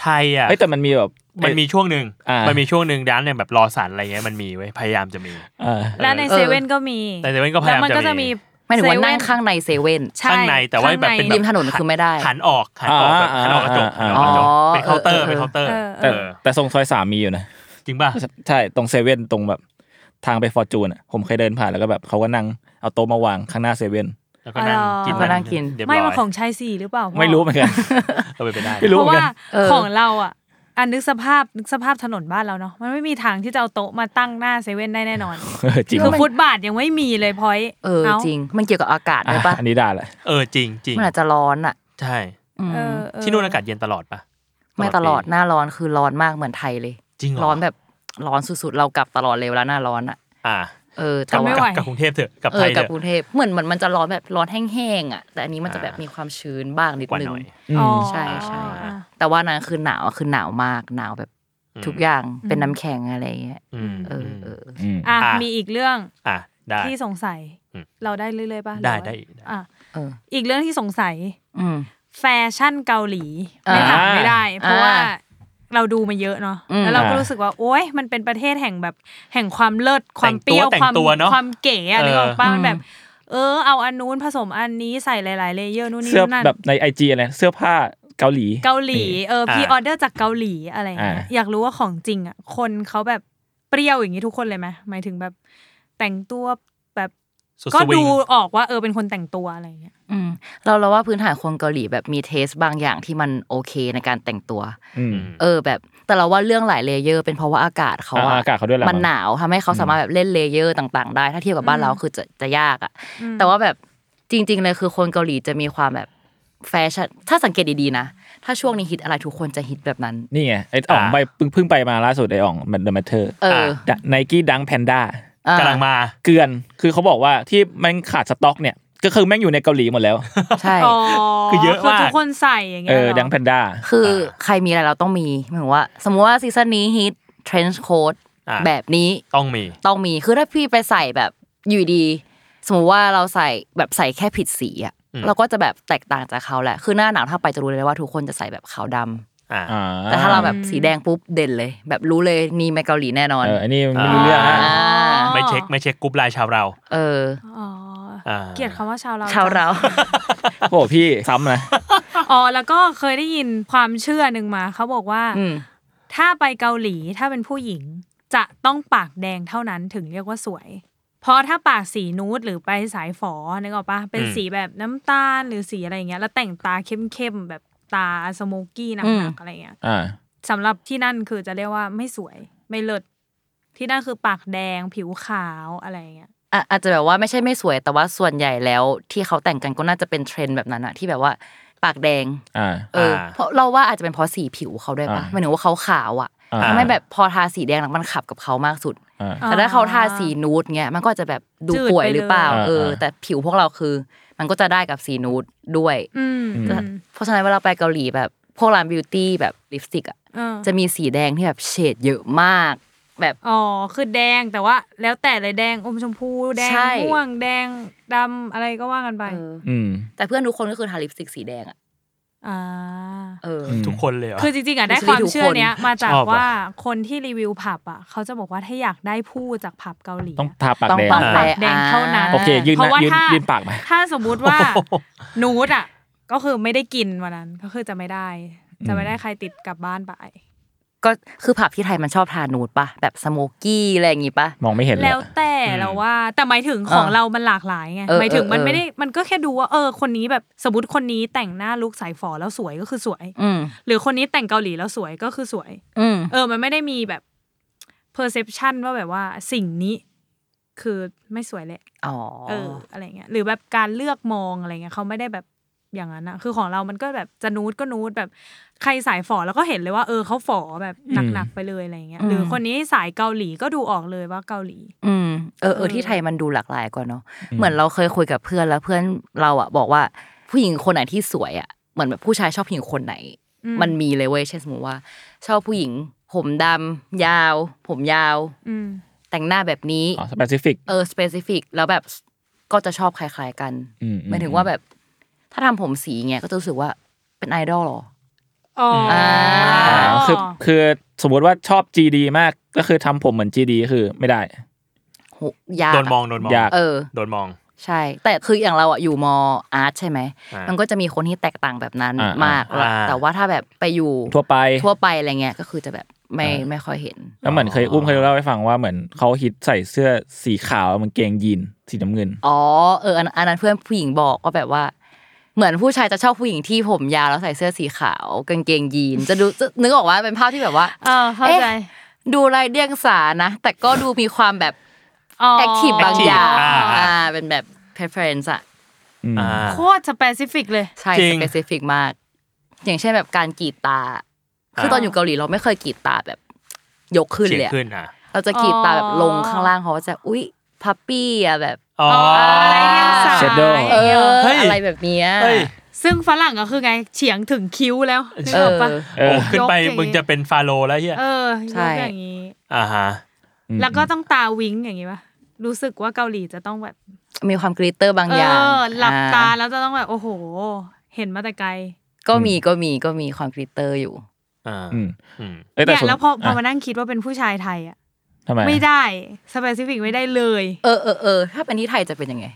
F: ไทยอ่ะ
D: เฮ้ยแต่มันมีแบบ
F: มันมีช่วงหนึ่ง
D: อ่ามั
F: มันมีช่วงหนึ่งร้านเนี่ยแบบรอสารอะไรเงี้ยมันมีไว้ยพยายามจะมี
D: เออ
B: แล้วใน
E: เออ
B: เซเว่นก็มี
F: แต่เซเว่นก็พยายา
B: แล้
F: ม
B: วมันก็
F: จะ
B: จะ
F: มี
B: มี
E: ไม่ถึงว่านั่ง
B: เซเว่
E: ข้างในเซเว่น
B: ช่
F: ข้างในแต่ว่าแบบ
B: ข้ง
F: เป็น
E: ริมถนนคือไม่ได้
F: หันออกหันออกแบบ
D: อ่า
F: หันออกกระจก
D: อ่า
F: หันออกกระจก
E: อ๋อ
F: เป็นเคาน์เตอร์
E: เออเออ
F: เป็นเคาน์เตอร์
B: เออเอ
D: แต่
B: อ
D: แต่ทรงซอยสามมีอยู่นะ
F: จริงป่ะ
D: ใช่ตรงเซเว่นตรงแบบทางไปฟอร์จูนอ่ะผมเคยเดินผ่านแล้วก็แบบเขาก็นั่งเอาโต๊ะมาวางข้างหน้าเซเว่น
F: แล้วก็นั่ง
B: อ๋อ
F: กิน
E: ก็นั่งกิน
F: เรียบร้
B: ไม่
F: อย
B: มาของชายสี่หรือเปล่าพ่อ
D: ไม่รู้เหมือนกัน
F: เออไปนไปได้
D: ไม่รู้
B: เพ
D: เหมือนกั
B: ราะว่าน
E: เออ
B: ของเราอ่ะอันนึกสภาพนึกสภาพถนนบ้านเราเนาะมันไม่มีทางที่จะเอาโต๊ะมาตั้งหน้าเซเว่นได้แน่นอน
D: เออจริง
B: คือฟุตบาทยังไม่มีเลยพอย
E: เออจริง มันเกี่ยวกับอากาศ
D: อ่ะ
E: ด้วยปะ
D: อันนี้ด่าแหละ
F: เออจริงจริง
E: มันอาจจะร้อนอ่ะ
F: ใช่
E: อืม
B: เออเออ
F: ที่นู่นอากาศเย็นตลอดปะ
E: ไม่ตลอด
F: ปี
E: หน้าร้อนคือร้อนมากเหมือนไทยเลย
F: จริงเห
E: ร้อนแบบร้อนสุดๆ เรากลับตลอดเลยเวลาหน้าร้อนอ่ะ
F: อ่า
E: เออ
F: กั
E: แต่ว่าก
F: ลับกรุงเทพเถอะกลับ
E: เอ
F: ไท
E: อย
F: เถ
E: กับ
F: อะ
E: กรุงเทพเหมือนเหมือนมันจะร้อนแบบร้อนแห้งๆอ่ะแต่อันนี้มันจะแบบ
F: อ่า
E: มี
F: มี
E: ความชื้นบ้างนิด
F: กว่า
E: นึ
F: ห
E: ง
F: น่อย
B: อ๋อ
E: ใช่ใช่
B: อ่า
E: แต่ว่านั้นคือหนาวอะคือหนาวมากหนาวแบบ
F: อืม
E: ทุกอย่าง
B: อืม
E: เป็นน้ำแข็งอะไรอย่างเงี้ย
F: อืม
E: เออ
F: ม
E: เออเออ
D: อืม
B: อ่ะ
F: อ่ะ
B: มีอีกเรื่อง
F: อ่ะได้
B: ที่สงสัย
F: อืม
B: เราได้เรื่อยๆป่ะหรือ
F: ได้
B: ว่า
F: ได้ได้
B: อ่ะ
E: เออ
B: อีกเรื่องที่สงสัย
E: อืม
B: แฟชั่นเกาหลีไม่
E: อ่า
B: ถามไม่ได้ เพราะ
E: อ่า
B: ว่าเราดูมาเยอะเนาะ
E: อืม
B: แล้วเราก็รู้สึกว่า โอ๊ยมันเป็นประเทศแห่งแบบแห่งความเลิศความ
F: แต่งตั
B: เป
F: ว
B: รี้ยว
F: แต่ง
B: ความ
F: ตัวเนอะ
B: ความเก๋อะ
F: เออ
B: นึกออกปะมันแบบ เออ เอาอันนู้นผสมอันนี้ใส่หลาย ๆ เลเยอร์นู่นนี่
D: เสื้อ
B: นั่น
D: แบบในไอจีอะไรเสื้อผ้าเกาหลี
B: เกาหลีเออ
F: อ่า
B: พีออเดอร์จากเกาหลีอะไรอย่างเงี้ย
D: อ่า
B: อยากรู้ว่าของจริงอะคนเขาแบบเปรี้ยวอย่างนี้ทุกคนเลยไหมหมายถึงแบบแต่งตัวแบบ
F: สุด
B: ก็
F: สวิ
B: ดู
F: ง
B: ออกว่าเออเป็นคนแต่งตัวอะไรอย่างเงี้ย
E: อืมเราเราว่าพื้นฐานคนเกาหลีแบบมีเทสบางอย่างที่มันโอเคในการแต่งตัว
D: อืม
E: เออแบบแต่เราว่าเรื่องหลายเลเยอร์ เป็นเพราะว่าอากาศเขา
D: อ่าอากาศเขาด้วยแหละ
E: มันหนาวทำให้เขาสามารถแบบเล่นเลเยอร์ต่างๆ ได้ ถ้าเทียบกับบ้านเราคือจะจะยากอ่ะ แต่ว่าแบบจริง ๆ เลยคือคนเกาหลีจะมีความแบบแฟชั่นถ้าสังเกตดีๆนะ ถ้าช่วงนี้ฮิตอะไรทุกคนจะฮิตแบบนั้น
D: นี่ไงไออ่องไปเพิ่งเพิ่งไปมาล่าสุดไออ่องมันเดอะแมทเทอร์
E: เออ
D: ไนกี้ดังแพนด้า
E: อ่าก
F: ำลังมา
D: เกลือนคือเขาบอกว่าที่แม่งขาดสต็อกเนี่ย ก็คือแม่งอยู่ในเกาหลีหมดแล้ว
E: ใช่
B: อ๋อ
F: คือเยอะมาก
B: ทุกคนใส่อย่าง
D: เอ
B: เงี้ย
D: อ
B: หรอ
D: ดังแพนด้า
E: คือใครมีอะไรเราต้องมีหมายถึงว่า สมมุติว่าซีซั่นนี้ฮิตเทรนช์โค้ด
F: อ่า
E: แบบนี้
F: ต้องมี
E: ต้องมีคือถ้าพี่ไปใส่แบบอยู่ดี สมมติว่าเราใส่แบบใส่แค่ผิดสีอะ
F: อืม
E: เราก็จะแบบแตกต่างจากเขาแหละ คือหน้าหนาวถ้าไปจะรู้เลยว่าทุกคนจะใส่แบบขาวดำ
F: อ่า
E: แต่ถ้าเราแบบสีแดงปุ๊บเด่นเลย แบบรู้เลยนี่มาเกาหลีแน่นอน
D: เอออันนี้ไม่รู้เรื่อง
F: อ่า
D: นะ
B: อ๋อ
F: ไม่เช็คไม่เช็คกรุ๊ปไลน์ชาวเรา
E: เออ
B: อ๋ออา เกลียดคำว่าชาวเรา
E: ชาว เรา
D: โอ้พี่ซ้ำนะ
B: อ๋อแล้วก็เคยได้ยินความเชื่อหนึ่งมา เขาบอกว่า
E: อืม
B: ถ้าไปเกาหลีถ้าเป็นผู้หญิงจะต้องปากแดงเท่านั้นถึงเรียกว่าสวย เพราะถ้าปากสีนูดหรือไปสายฝอนึกออกปะเป็น
F: อืม
B: สีแบบน้ำตาลหรือสีอะไรอย่างเงี้ย แล้วแต่งตาเข้มๆแบบตาสโมกี้หนักๆอะไรอย่างเงี้ย
D: อ่า
B: สำหรับที่นั่นคือจะเรียกว่าไม่สวยไม่เลิศที่นั่นคือปากแดงผิวขาวอะไรอย่างเงี้ย
E: อ่ะอาจจะแบบว่าไม่ใช่ไม่สวยแต่ว่าส่วนใหญ่แล้วที่เขาแต่งกันก็น่าจะเป็นเทรนด์แบบนั้นอะที่แบบว่าปากแดง
D: อ่า
E: เออ
F: อ่า
E: เพราะเราว่าอาจจะเป็นเพราะสีผิวเขาด้วยปะ
D: อ่า
E: หมายถึงว่าเขาขาวอะ
D: อ่า
E: ทำให้แบบพอทาสีแดงแล้วมันขับกับเขามากสุด
D: อ่า
E: แต่ถ้าเขาทาสีนูดเงี้ยมันก็จะแบบดู
B: จืด
E: ป่วย
B: ไปเลย
E: หรือเปล่า
D: อ่า
E: เออ
D: อ่า
E: แต่ผิวพวกเราคือ มันก็จะได้กับสีนูดด้วย
B: อืม
D: อืม
B: อืม
E: เพราะฉะนั้นเวลาไปเกาหลีแบบพวกร้านบิวตี้แบบลิปสติกอ่ะ
B: เออ
E: จะมีสีแดงที่แบบเฉดเยอะมาก แบบ
B: อ๋อคือแดงแต่ว่า แล้วแต่เลยแดงอมชมพูแดง
E: ใช่
B: ม่วงแดงดำอะไรก็ว่ากันไป
E: เออ
D: อืม
E: แต่เพื่อนทุกคนก็คือทาลิปสติกสีแดงอ่ะ
B: อ่า
E: เออ
D: อืม
F: ทุกคนเลยเหรอ
B: คือจริงๆอ่ะได้
E: ไม่ใช่
B: ความ
E: ทุกคน
B: เชื่อเนี้ยมาจาก
F: ชอบอะ
B: ว่าคนที่รีวิวผับอ่ะเขาจะบอกว่าถ้าอยากได้ผู้จากผับเกาหลี
D: ต้องทาปาก
E: ต้อง
D: แดง
E: ปาก
B: ปากแดงเท่านั้น
D: โอเคยืน
B: เพราะว่า
D: ยืน
B: ถ้า
D: ยืนปากไหม
B: ถ้าสมมุติว่า นูดอ่ะก็คือไม่ได้กินวันนั้นก็คือจะไม่ได้ จะไม่ได้ใครติดกลับบ้านไป
E: ก็คือผับที่ไทยมันชอบทานูดปะแบบสโมกี้อะไรอย่างงี้ปะ
D: มองไม่เห็นเลย
B: แล้ว
D: อะ
B: แต่เราว่า แต่หมายถึงของเรามันหลากหลายไง
E: เออ
B: หมายถึงมัน
E: เออ
B: ไม่ได้มันก็แค่ดูว่าเออคนนี้แบบสมมติคนนี้แต่งหน้าลุคสายฝอแล้วสวยก็คือสวย
E: อืม
B: หรือคนนี้แต่งเกาหลีแล้วสวยก็คือสวย
E: อืม
B: เออ มันไม่ได้มีแบบ perception ว่าแบบว่าสิ่งนี้คือไม่สวยแหละ
E: อ๋อ
B: เอออะไรเงี้ยหรือแบบการเลือกมองอะไรเงี้ยเขาไม่ได้แบบอย่างนั้นอะคือของเรามันก็แบบจะนูดก็นูดแบบใครสายฝอแล้วก็เห็นเลยว่า เออเขาฝอแบบหนักๆไปเลยอะไรเงี้ย
E: อืม
B: หรือคนนี้สายเกาหลีก็ดูออกเลยว่าเกาหลี
E: อืมเออเอ
B: เอ
E: อ
B: อ
E: ที่ไทยมันดูหลากหลายกว่าเนาะเหมือนเราเคยคุยกับเพื่อนแล้วเพื่อนเราอ่ะบอกว่าผู้หญิงคนไหนที่สวยอ่ะเหมือนแบบผู้ชายชอบผู้หญิงคนไหน
B: อื
E: มันมีเลยเว้ยเช่นสมมติว่า ชอบผู้หญิง ผมดำยาว ผมยาว
B: อืม
E: แต่งหน้าแบบนี้
D: อ๋อสเปซิฟิก
E: เออสเปซิฟิกแล้วแบบก็จะชอบคล้าย ๆกัน
D: อืม
E: หมายถึงว่าแบบ ถ้าทำผมสีเงี้ยก็จะรู้สึกว่าเป็นไอดอลเหรอ
B: อ๋ออ
D: คือคือสมมติว่าชอบ GD มากก็คือทำผมเหมือน GD คือไม่ได้
E: โหยาก
F: โด
E: อะ
F: นมองโดนมอง
D: ยาก
E: เออ
F: โดนมอง
E: ใช่ แต่คืออย่างเราอะอยู่มอาร์ตใช่ไหม
F: อ่ามั
E: มันก็จะมีคนที่แตกต่างแบบนั้น
D: อ่าม
E: มากแล้ว
F: อ่า
E: แต่ว่าถ้าแบบไปอยู่
D: ทั่วไป
E: ทั่วไปอะไรเงี้ยก็คือจะแบบไม่
D: อ่า
E: ไม่ค่อยเห็น
D: แล้วเหมือนเคยอุ้มเคยเล่าให้ฟังว่าเหมือนเขาฮิตใส่เสื้อสีขาวมันเกงยีนสีน้ำเงิน
E: อ๋อเอออันอันนั้นเพื่อนผู้หญิงบอกว่าแบบว่า เหมือนผู้ชายจะชอบผู้หญิงที่ผมยาวแล้วใส่เสื้อสีขาวกางเกงยีน จะดูจะนึกออกว่าเป็นภาพที่แบบว่า
B: เออเข้าใจ
E: ดูไรเดียงสานะ แต่ก็ดูมีความแบบ
B: อ๋อ
E: แอคทีฟบางอย่าง
F: อ่า
E: อ่าเป็นแบบ preference อะ
D: อืม
F: อ่า
B: โคตรสเปซิฟิกเลย
E: ใช่
F: จริ
E: s
F: ง
E: เปซิฟิกมาก อย่างเช่นแบบการกรีดตา คือตอนอยู่เกาหลีเราไม่เคยกรีดตาแบบยกขึ้น
F: เฉียง
E: เลยอะ
F: ขึ้นอ่ะ
E: เราจะกรีดตาแบบ
B: อ๋อ
E: ลงข้างล่างเขาก็จะอุ๊ยพับปี้อะแบบ
F: อ๋ออ
B: ไรเงี้ยสาย
D: เชดเดอร์
E: เออ
F: เฮ้ย
E: อะไรแบบเนี้ย
F: เฮ้ย
B: ซึ่งฝรั่งก็คือไงเฉียงถึงคิ้วแล้วนึก
E: เอ
B: อ
E: อ
B: อกปะ
D: เอ
F: โอ้
D: อ
F: ขึ้นไป
B: ยกอย่างงี้
F: มึงจะเป็นฟาโรห์แล้วเฮีย
B: เออ
E: ใช่
B: ยกอย่างนี้
F: อ่าฮะ
B: แล้วก็ต้องตาวิ้งอย่างนี้ปะรู้สึกว่าเกาหลีจะต้องแบบ
E: มีความกริตเตอร์บาง
B: เอ
E: อย่าง
B: อ หลับตา
E: อ่
B: แล้วจะต้องแบบโอ้โห เห็นมาแต่ไกล
E: ก็มีก็มีก็มีความกริตเตอร์อยู่
F: อ่า
D: อืม
F: อืม
D: เอ้ยแต่
B: เนี่ย
D: ส่น
B: แล้วพอพอมา
D: ะ
B: นั่งคิดว่าเป็นผู้ชายไทยอ่ะ
D: ทำไม
B: ไม่ได้สเปซิฟิกไม่ได้เลย
E: เออเออเออถ้าเป็นที่ไทยจะเป็นยังไง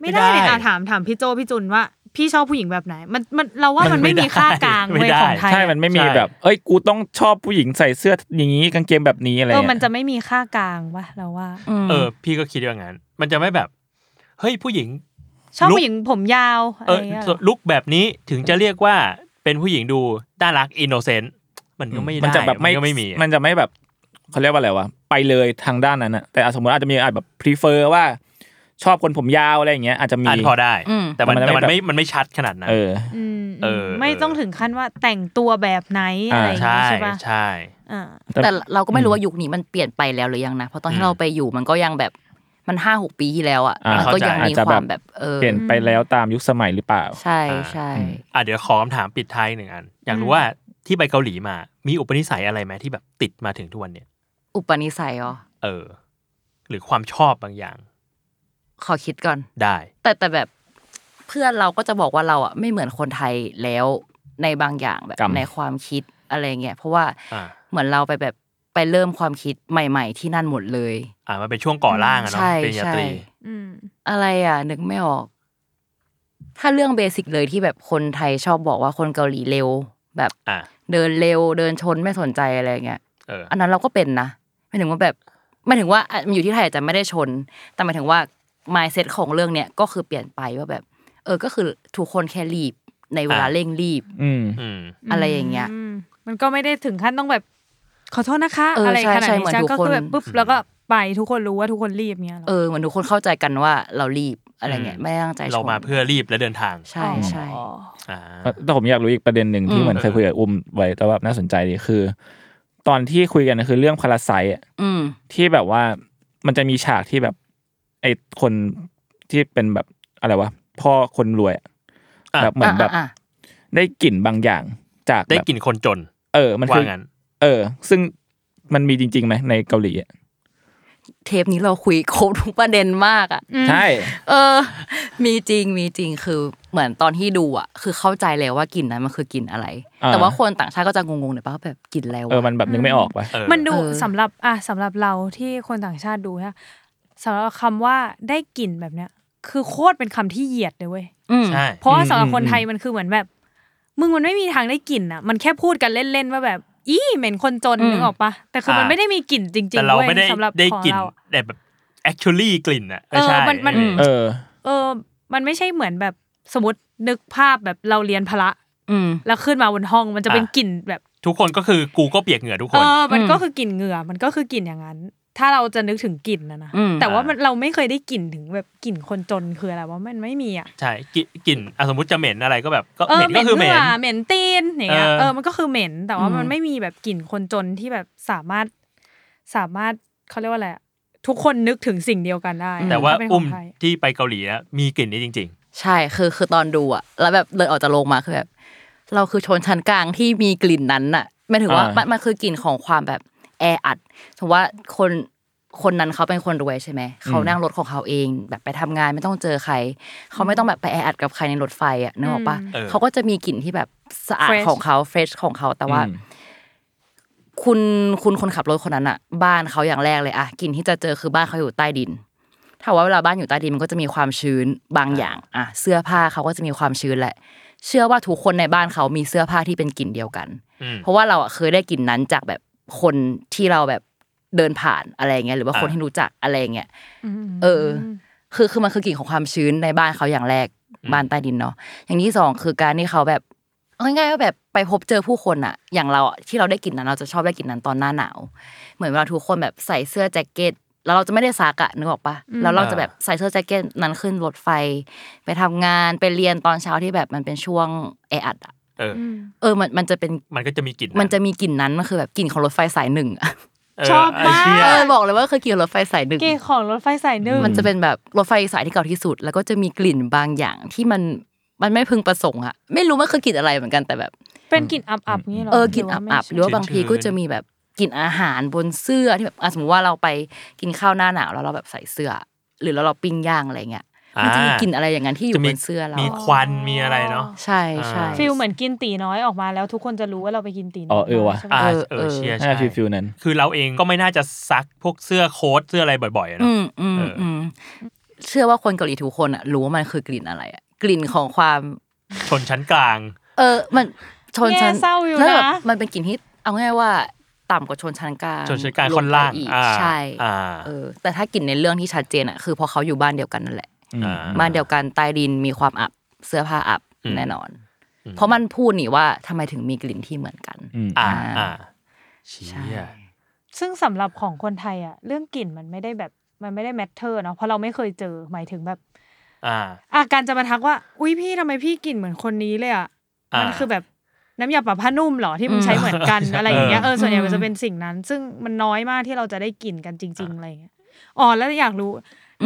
B: ไม่ได้เลย
F: ไม่ได้
B: อ่ะถามถามพี่โจพี่จุนว่า พี่ชอบผู้หญิงแบบไหน มันมันเราว่าม
F: น
B: มันไม่
F: ไม่
B: มี
F: ได้
B: ค่ากลาง
F: ไม่
B: เว้ย
F: ได้
B: ของไทย
D: ใช่มันไม่มี
F: ใช่
D: แบบ เอ้ยกูต้องชอบผู้หญิงใส่เสื้ออย่างนี้กางเกงแบบนี้อะไร
B: เออ
D: เงี้ย
B: มันจะไม่มีค่ากลางวะเราว่า
F: เออ พี่ก็คิดว่างั้น มันจะไม่แบบ เฮ้ยผู้หญิง
B: ชอบ
F: ลุค
B: ผู้หญิงผมยาวอะ
F: เอ
B: ไร
F: อ
B: เงี้ย
F: ลุกแบบนี้ถึงจะเรียกว่าเป็นผู้หญิงดูน่ารักอินโนเซนต์มันก็ไม่ได้
D: มันจะแบบไม่
F: ก็ไม่มี
D: มันจะไม่แบบเขาเรียกว่าอะไรวะไปเลยทางด้านนั้นอะแต่อ่ะสมมติอาจจะมีอาจแบบ prefer ว่าชอบคนผมยาวอะไรอย่างเงี้ยอาจจะมี
F: อ่านพอได้
E: อืม
F: แต่มัน
D: มันไม่
F: แต่มัน
D: แบบ
F: ไม่มันไม่ชัดขนาดนั้น
D: เออ
B: อืม
F: เออ
B: ไม่ต้องถึงขั้นว่าแต่งตัวแบบไหนอะไรอย่าง
F: ใช่
B: งี้ใช่ปะ
F: ใช่
B: อ่า
E: แต่
D: แต่
E: เราก็ไม่รู้ว่ายุคนี้มันเปลี่ยนไปแล้วหรือยังนะ เพราะตอน
F: อื
E: ที่
F: ม
E: เราไปอยู่มันก็ยังแบบมันห้าหกปีที่แล้วอ่ะ
D: อ่ามั
E: มันก็ยัง
D: เข้าใจอา
E: มี
D: จจะ
E: ความ
D: แบ
E: แบบ บ เออ
D: เปลี่ยนไปแล้วตามยุคสมัยหรือเปล่า
E: ใช่ใช่
F: อ่ะเดี๋ยวขอคำถามปิดท้ายหนึ่งอัน อยากรู้ว่าที่ไปเกาหลีมา มีอุปนิสัยอะไรไหมที่แบบติดมาถึงทุกวันเนี่ย
E: อุปนิสัยอ๋อ
F: เออ หรือความชอบบางอย่าง
E: ขอคิดก่อน
F: ได้
E: แต่แต่แบบเพื่อนเราก็จะบอกว่าเราอ่ะไม่เหมือนคนไทยแล้วในบางอย่างแบบ
D: กรรม
E: ในความคิดอะไรเงี้ยเพราะว่า
F: อ่า
E: เหมือนเราไปแบบไปเริ่มความคิดใหม่ ๆ ที่นั่นหมดเลย
F: อ่ะมันเป็นช่วงก่อร่างอะเนาะ
E: ใช่
F: ปริญญา
E: ใช่
F: ตรี
B: อืม
E: อะไรอ่ะ นึกไม่ออก ถ้าเรื่องเบสิกเลยที่แบบคนไทยชอบบอกว่าคนเกาหลีเร็ว แบบ
F: อ่ะ
E: เดินเร็ว เดินชนไม่สนใจอะไรเงี้ย
F: เออ
E: อันนั้นเราก็เป็นนะไม่ถึงว่าแบบไม่ถึงว่าอ่ะมันอยู่ที่ไทยอาจจะไม่ได้ชน แต่หมายถึงว่า mindset ของเรื่องเนี้ยก็คือเปลี่ยนไปว่าแบบ เออก็คือทุกคนแค่รีบในเวลาเร่งรีบ
D: อืม
F: อืม
E: อะไรอย่างเงี้ย
B: อืมมันก็ไม่ได้ถึงขั้นต้องแบบขอโทษนะคะ
E: เอออ
B: อะไรขนาด
E: ใช่ใช่
B: นี้
E: เหมือน
B: จ้ะ
E: ทุก
B: ก็คือ
E: คน
B: แบบปุ๊บแล้วก็ไปทุกคนรู้ว่าทุกคนรีบเงี้ยหรอ
E: เออเหมือนทุกคนเข้าใจกันว่าเรารีบอะไรเงี้ย
F: อืม
E: ไม่ได้ตั้งใจชน
F: เรามาเพื่อรีบและเดินทาง
E: ใช่ใช่
B: อ๋อ
F: อ่า
D: แต่ผมอยากรู้อีกประเด็นหนึ่ง
E: อื
D: ที่
E: ม
D: เหมือนเคยคุยกับอุ้มไว้แต่ว่าน่าสนใจดีคือ ตอนที่คุยกันนะคือเรื่องพาราไซต์อะ
E: อืม
D: ที่แบบว่ามันจะมีฉากที่แบบ ไอ้คนที่เป็นแบบอะไรวะพ่อคนรวยอะ
F: อ่ะ
D: แบบเหมือนแบบ
E: อ่ะอ่ะ
D: ได้กลิ่นบางอย่างจาก
F: ได้
D: แบบ
F: กลิ่นคนจน
D: เออ มัน
F: ว่า
D: คือ
F: งั้น
D: เออ ซึ่งมันมีจริงๆไหมในเกาหลีอะ
E: เทปนี้เราคุยครบทุกประเด็นมากอ่ะ
D: ใช่
E: เออ มีจริง มีจริง คือเหมือนตอนที่ดูอ่ะ คือเข้าใจเลยว่ากลิ่นนั้นมันคือกลิ่นอะไร
D: อ่า
E: แต่ว่าคนต่างชาติก็จะงงๆเนี่อยปะว่าแบบกลิ่นอะไร
D: เออ
E: วะ
D: มันแบบนึกไม่ออกป่ะ
F: เออ
B: มันดู
E: เออ
B: สำหรับอ่ะสำหรับเราที่คนต่างชาติดูนะสำหรับคำว่าได้กลิ่นแบบเนี้ย คือโคตรเป็นคำที่เหยียดเลยเว้ย
E: อืม
F: ใช่
B: เพราะว่าสำหรับคนไทยมันคือเหมือนแบบ มึงมันไม่มีทางได้กลิ่นอ่ะ มันแค่พูดกันเล่นๆว่าแบบ อี้เหม็นคนจน
E: อืม
B: นึกออกปะแต่คือมัน
F: อ่า
B: ไม่ได้มีกลิ่นจริง
F: แต่
B: ๆ
F: เรา
B: เว้ย
F: ไม่ได้
B: สำหรับ
F: ได้
B: ของ
F: กลิ่น
B: เราอะ
F: แต่แบบ actually กลิ่นอ่ะ
B: เออ
F: ใช่
B: มันมัน
D: เอ
F: เออ
D: อ
B: เออ มันไม่ใช่เหมือนแบบสมมตินึกภาพแบบเราเรียนพละ
E: อืม
B: แล้วขึ้นมาบนห้องมันจะเป็นกลิ่นแบบ
F: ทุกคนก็คือกูก็เปียกเหงื่อทุกค
B: เอน อ มัน
E: อืม
B: ก็คือกลิ่นเหงื่อ มันก็คือกลิ่นอย่างนั้น ถ้าเราจะนึกถึงกลิ่นนะนะ
E: อืม
B: แต่ว่า
F: อ่ามั
B: มันเราไม่เคยได้กลิ่นถึงแบบกลิ่นคนจนคืออะไรว่ามันไม่มีอ่ะ
F: ใช่กลิ่นกลิ่นอ่ะสมมติจะเหม็นอะไรก็แบบก็
B: เอ
F: เห
B: อ
F: ม็น
B: เหม็น
F: ก็คือเห
B: เห
F: ม็
B: งื่
F: น
B: อเหม็นตีนอย่างเงี้ย
F: เออ
B: เออมันก็คือเหม็น แต่ว่า
E: อืม
B: มันไม่มีแบบกลิ่นคนจนที่แบบสามารถสามารถเขาเรียกว่าอะไรอะทุกคนนึกถึงสิ่งเดียวกันได้
F: แต่ว่า
B: ถ้เป็นข
F: อุ้
B: ง
F: ม
B: ไทย
F: ที่ไปเกาหลีนะมีกลิ่นนี้จริง
E: ใช่คือคือตอนดูอะแล้วแบบเดินออกจากโรงมาคือแบบเราคือชนชั้นกลางที่มีกลิ่นนั้นอะไม่ถึงว่า
D: อ่ามั
E: มันมันคือกลิ่นของความแบบแออัดสมมติว่าคนคนนั้นเขาเป็นคนรวยใช่ไหมเขานั่งรถของเขาเอง แบบไปทำงานไม่ต้องเจอใคร เขาไม่ต้องแบบไปแออัดกับใครในรถไฟอะนึกออกปะ
F: เออ
E: เขาก็จะมีกลิ่นที่แบบสะอาด
B: Fresh
E: ของเขาเฟรชของเขาแต่ว่า
D: อืม
E: คุณคุณคนขับรถคนนั้นอะบ้านเขาอย่างแรกเลยอะกลิ่นที่จะเจอคือบ้านเขาอยู่ใต้ดิน ถ้าว่าเวลาบ้านอยู่ใต้ดินมันก็จะมีความชื้นบางอย่างอะเสื้อผ้าเขาก็จะมีความชื้นแหละ เชื่อว่าทุกคนในบ้านเขามีเสื้อผ้าที่เป็นกลิ่นเดียวกัน
F: ๆอืม
E: เพราะว่าเราอะเคยได้กลิ่นนั้นจากแบบคนที่เราแบบเดินผ่านอะไรอย่างเงี้ยหรือว่า
F: อ่า
E: คนที่รู้จักอะไรอย่างเงี้ย
B: ม
E: เออ คือคือมันคือกลิ่นของความชื้นในบ้านเขาอย่างแรกบ้านใต้ดินเนาะอย่างที่สองคือการที่เขาแบบเอาง่ายๆว่าแบบไปพบเจอผู้คนอะอย่างเราอะที่เราได้กลิ่นนั้นเราจะชอบได้กลิ่นนั้นตอนหน้าหนาว เหมือนเวลาทุกคนแบบใส่เสื้อแจ็คเก็ตแล้วเราจะไม่ได้ซักอะนึกออกปะแล้วเราจะแบบใส่เสื้อแจ็คเก็ตนั้นขึ้นรถไฟ ไปทำงานไปเรียนตอนเช้าที่แบบมันเป็นช่วงแออัดอะ
F: เออ
B: ม
E: เออมันมันจะเป็น
F: มันก็จะมีกลิ่น
E: มันจะมีกลิ่นนั้นมันคือแบบกลิ่นของรถไฟสายหนึ่งอะ
F: เออ
B: ชอบมาก
F: ไเชี่ย
E: เออบอกเลยว่าคือกลิ่นรถไฟสายหนึ่ง
B: กลิ่นของรถไฟสายหนึ่ง
E: มันจะเป็นแบบรถไฟสายที่เก่าที่สุด แล้วก็จะมีกลิ่นบางอย่างที่มันมันไม่พึงประสงค์อะไม่รู้ว่าคือกลิ่นอะไรเหมือนกันแต่แบบ
B: เป็นกลิ่นอับอับนี้หรอ
E: เออกลิ่นอับอับห
B: ห
E: รื
B: รือ อว่าไม่ใช่
E: ว่าบางทีก็จะมีแบบกลิ่นอาหารบนเสื้อที่แบบอ่ะสมมติว่าเราไปกินข้าวหน้าหนาวแล้วเราแบบใส่เสื้อ หรือแล้วเราปิ้งย่างอะไรเงี้ยมันจะมีกลิ่นอะไรอย่างนั้นที่อยู่บนเสื้อเรา
F: มีควันมีอะไรเนาะ
E: ใช่ใช่
B: ฟิลเหมือนกินตีน้อยออกมาแล้วทุกคนจะรู้ว่าเราไปกินตีน้อย
D: อ๋อเออว่ะ
B: ใช่ไหม
F: อ่า
E: เออ
F: เอ
E: เอ
F: อ
E: อ
F: เชียร์
D: น่า
F: ใช่
D: ฟิลฟิลนั้น
F: คือเราเองก็ไม่น่าจะซักพวกเสื้อโค้ทเสื้ออะไรบ่อยๆอะ
E: อื
F: เนาะ
E: มอืม
F: เอออื
E: อืมเชื่อว่าคนเกาหลีทุกคนอะรู้ว่ามันคือกลิ่นอะไรอะกลิ่นของความ
F: ชนชั้นกลาง
E: เออ มันชนชั้น
B: แย่เศร้าอยู่
E: แล้วแบบ
B: นะ
E: มันเป็นกลิ่นที่เอาง่ายว่าต่ำกว่าชนชั้นกลาง
F: ชนชั้นกลาง
E: ไป
F: คนล่าง
E: อีก
F: อ่า
E: ใช่
F: อ่า
E: เออ แต่ถ้ากลิ่นในเรื่องที่ชัดเจนอ่ะคือเพอเขาอยู่บ้านเดียวกันนั่นแหละ
F: อ่า
E: บ้านเดียวกันใต้ดินมีความอับเสื้อผ้าอับ
F: อืม
E: แน่นอน เพราะมันพูดนี่ว่าทำไมถึงมีกลิ่นที่เหมือนกัน
D: อืม
F: อ่า
E: อ่า
F: อ่าเชี
E: ใช่
F: ย
B: ซึ่งสำหรับของคนไทยอ่ะ เรื่องกลิ่นมันไม่ได้แบบมันไม่ได้แมทเทอร์เนาะเพราะเราไม่เคยเจอหมายถึงแบบ
F: อ่า
B: อาการจะมาทักว่า อุ้ยพี่ทำไมพี่กลิ่นเหมือนคนนี้เลยอ่ะ
F: อ่ามั
B: มันคือแบบน้ำยาปรับผ้านุ่มเหรอที่มึง
E: อืม
B: ใช้เหมือนกัน อะไรอย่างเงี้ย
F: เอ
B: เอ
F: อ
B: อส่วนใหญ่มันจะเป็นสิ่งนั้น ซึ่งมันน้อยมากที่เราจะได้กลิ่นกันจริง ๆอะไรอย่างเงี้ยอ๋อแล้วอยากรู้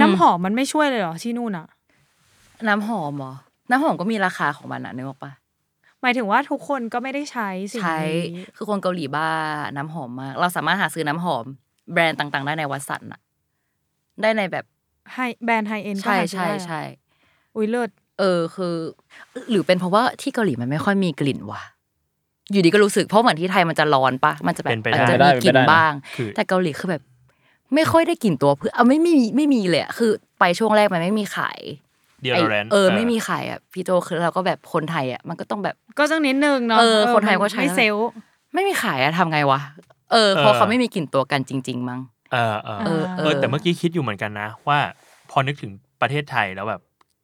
B: น้ำหอมมันไม่ช่วยเลยเหรอที่นู่นอ่ะ
E: น้ำหอมเหรอน้ำหอมก็มีราคาของมันนะนึกออกปะ
B: หมายถึงว่าทุกคนก็ไม่ได้ใช้สิ่ง
E: ใช้
B: นี้
E: คือคนเกาหลีบ้าน้ำหอมมาก เราสามารถหาซื้อน้ำหอม แบรนด์ต่างๆ ได้ในวัตสันอะได้ในแบบ
B: ไฮแบรนด์ไฮเอ็นก็
E: ใช่
B: หาซื้อ
E: ใช่
B: ได้เหรอ
E: ใช่
B: อุ้ยเลิศ
E: เออคือ หรือเป็นเพราะว่าที่เกาหลีมันไม่ค่อยมีกลิ่นว่ะ อยู่ดีก็รู้สึกเพราะเหมือนที่ไทยมันจะร้อนปะมันจะแบบ
F: เป็นไปได้
E: อาจจะมีกลิ่นบ้าง
F: คือ
E: แต่เกาหลีคือแบบ ไม่ค่อยได้กลิ่นตัวเพื่อนเอาไม่มีไม่มีเลยอะคือ ไปช่วงแรกมันไม่มีขาย
F: เดีย
E: ไอ้
F: ร์แรน
E: เออไม่มีขายอ่ะพี่โจคือเราก็แบบคนไทยอ่ะมันก็ต้องแบบ
B: ก็ต้องนิดนึงเนาะ
E: เออคนไทยก็ใช้
B: ไม่เซลล
E: ไม่มีขายอะทำไงวะเออเพราะ
F: เออ
E: เขาไม่มีกลิ่นตัวกันจริง ๆ มั้ง
F: เออเออ
E: เออ
F: เออ แต่เมื่อกี้คิดอยู่เหมือนกันนะ ว่าพอนึกถึงประเทศไทยแล้วแบบ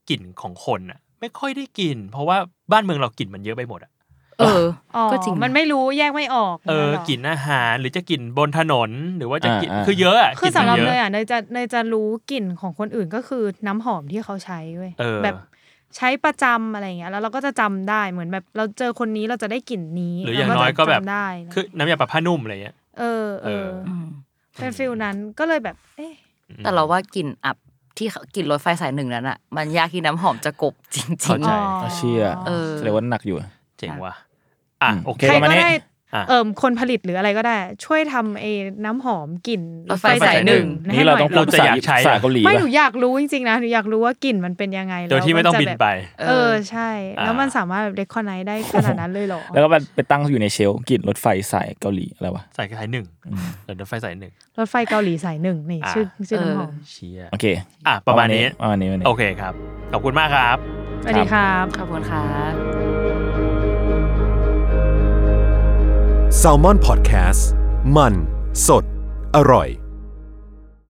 F: กลิ่นของคนอ่ะ ไม่ค่อยได้กลิ่นเพราะว่าบ้านเมืองเรากลิ่นมันเยอะไปหมดอ่ะ
E: เออ
B: อ๋อ
E: ก็จริง
B: มันไม่รู้แยกไม่ออก
F: เออ
B: หร
F: กลิ่นอาหารหรือจะกลิ่นบนถนนหรือว่าจะกลิ่น
D: อ่าอ่า
F: คือเยอะอะ
B: คือก สำ
F: ลิ่น
B: ห
F: มั
B: รับ
F: นเยอะ
B: เนยอ่ะเนยจะเนยจะรู้กลิ่นของคนอื่นก็คือน้ำหอมที่เขาใช้เว้ย
F: เออ
B: แบบใช้ประจำอะไรอย่างเงี้ยแล้วเราก็จะจำได้เหมือนแบบเราเจอคนนี้เราจะได้กลิ่นนี้
F: หรืออย่างน้อยก็แบบ
B: เราจะจำได้นะ
F: คือน้ำยาปะผ้านุ่มอะไรเงี้ย
B: เออเออ
F: เออ
E: อืม
B: เป็นฟิลนั้นก็เลยแบบ เอ๊ะ
E: แต่เราว่ากลิ่นอับที่เขากลิ่นรถไฟสายหนึ่งนั้นอ่ะมันยากที่น้ำหอมจะกลบจริงๆ
F: เข้าใจ
B: อ๋อ
D: เอาเชี่ย
E: เออ
D: แสดงว่าหนักอยู่
F: เจ๋งว่ะอ่ะ
D: อืม
F: โอเค
B: ใคร
F: ประ
B: ก็
F: มาณนี้
B: ได้
F: อ่ะ
B: เอิมคนผลิตหรืออะไรก็ได้ ช่วยทำเอน้ำหอมกลิ่น
E: รถไฟสายหนึ่ง
B: ให้
D: นี่เราต้อง
B: ห
D: พู
B: น่
D: ด
B: ย
D: ภาษา
F: เราจะอยากใช้
D: ภาษาเกาหลี
B: ไม่
D: ปะ
B: หนูอยากรู้จริงๆนะหนูอยากรู้ว่ากลิ่นมันเป็นยังไง
F: โดยที่ไม่ต้องบิน
B: แล้วนจะแบบ
F: ไป
B: เออใช่
F: อ่า
B: แล้วมันสามารถแบบเด็กคนไหนได้ขนาดนั้นเลยเหรอ
D: แล้วก็มันไปตั้งอยู่ในเชลฟ์กลิ่นรถไฟสายเกาหลีอะไรวะ
F: สายสายหนึ่งเดินรถไฟสายหนึ่ง
B: รถไฟเกาหลีสายหนึ่งนี่
F: อ่า
B: ชื่อชื่อน้ำหอม
F: เชีย
D: โอเค
F: อ่ะประมาณนี้
D: ประมาณนี้ประมาณนี้
F: โอเคครับ ขอบคุณมากครับ
B: สวัสดีครับ
E: ขอบคุณครับ
A: ส s a l ม o n PODCAST มัน สด อร่อย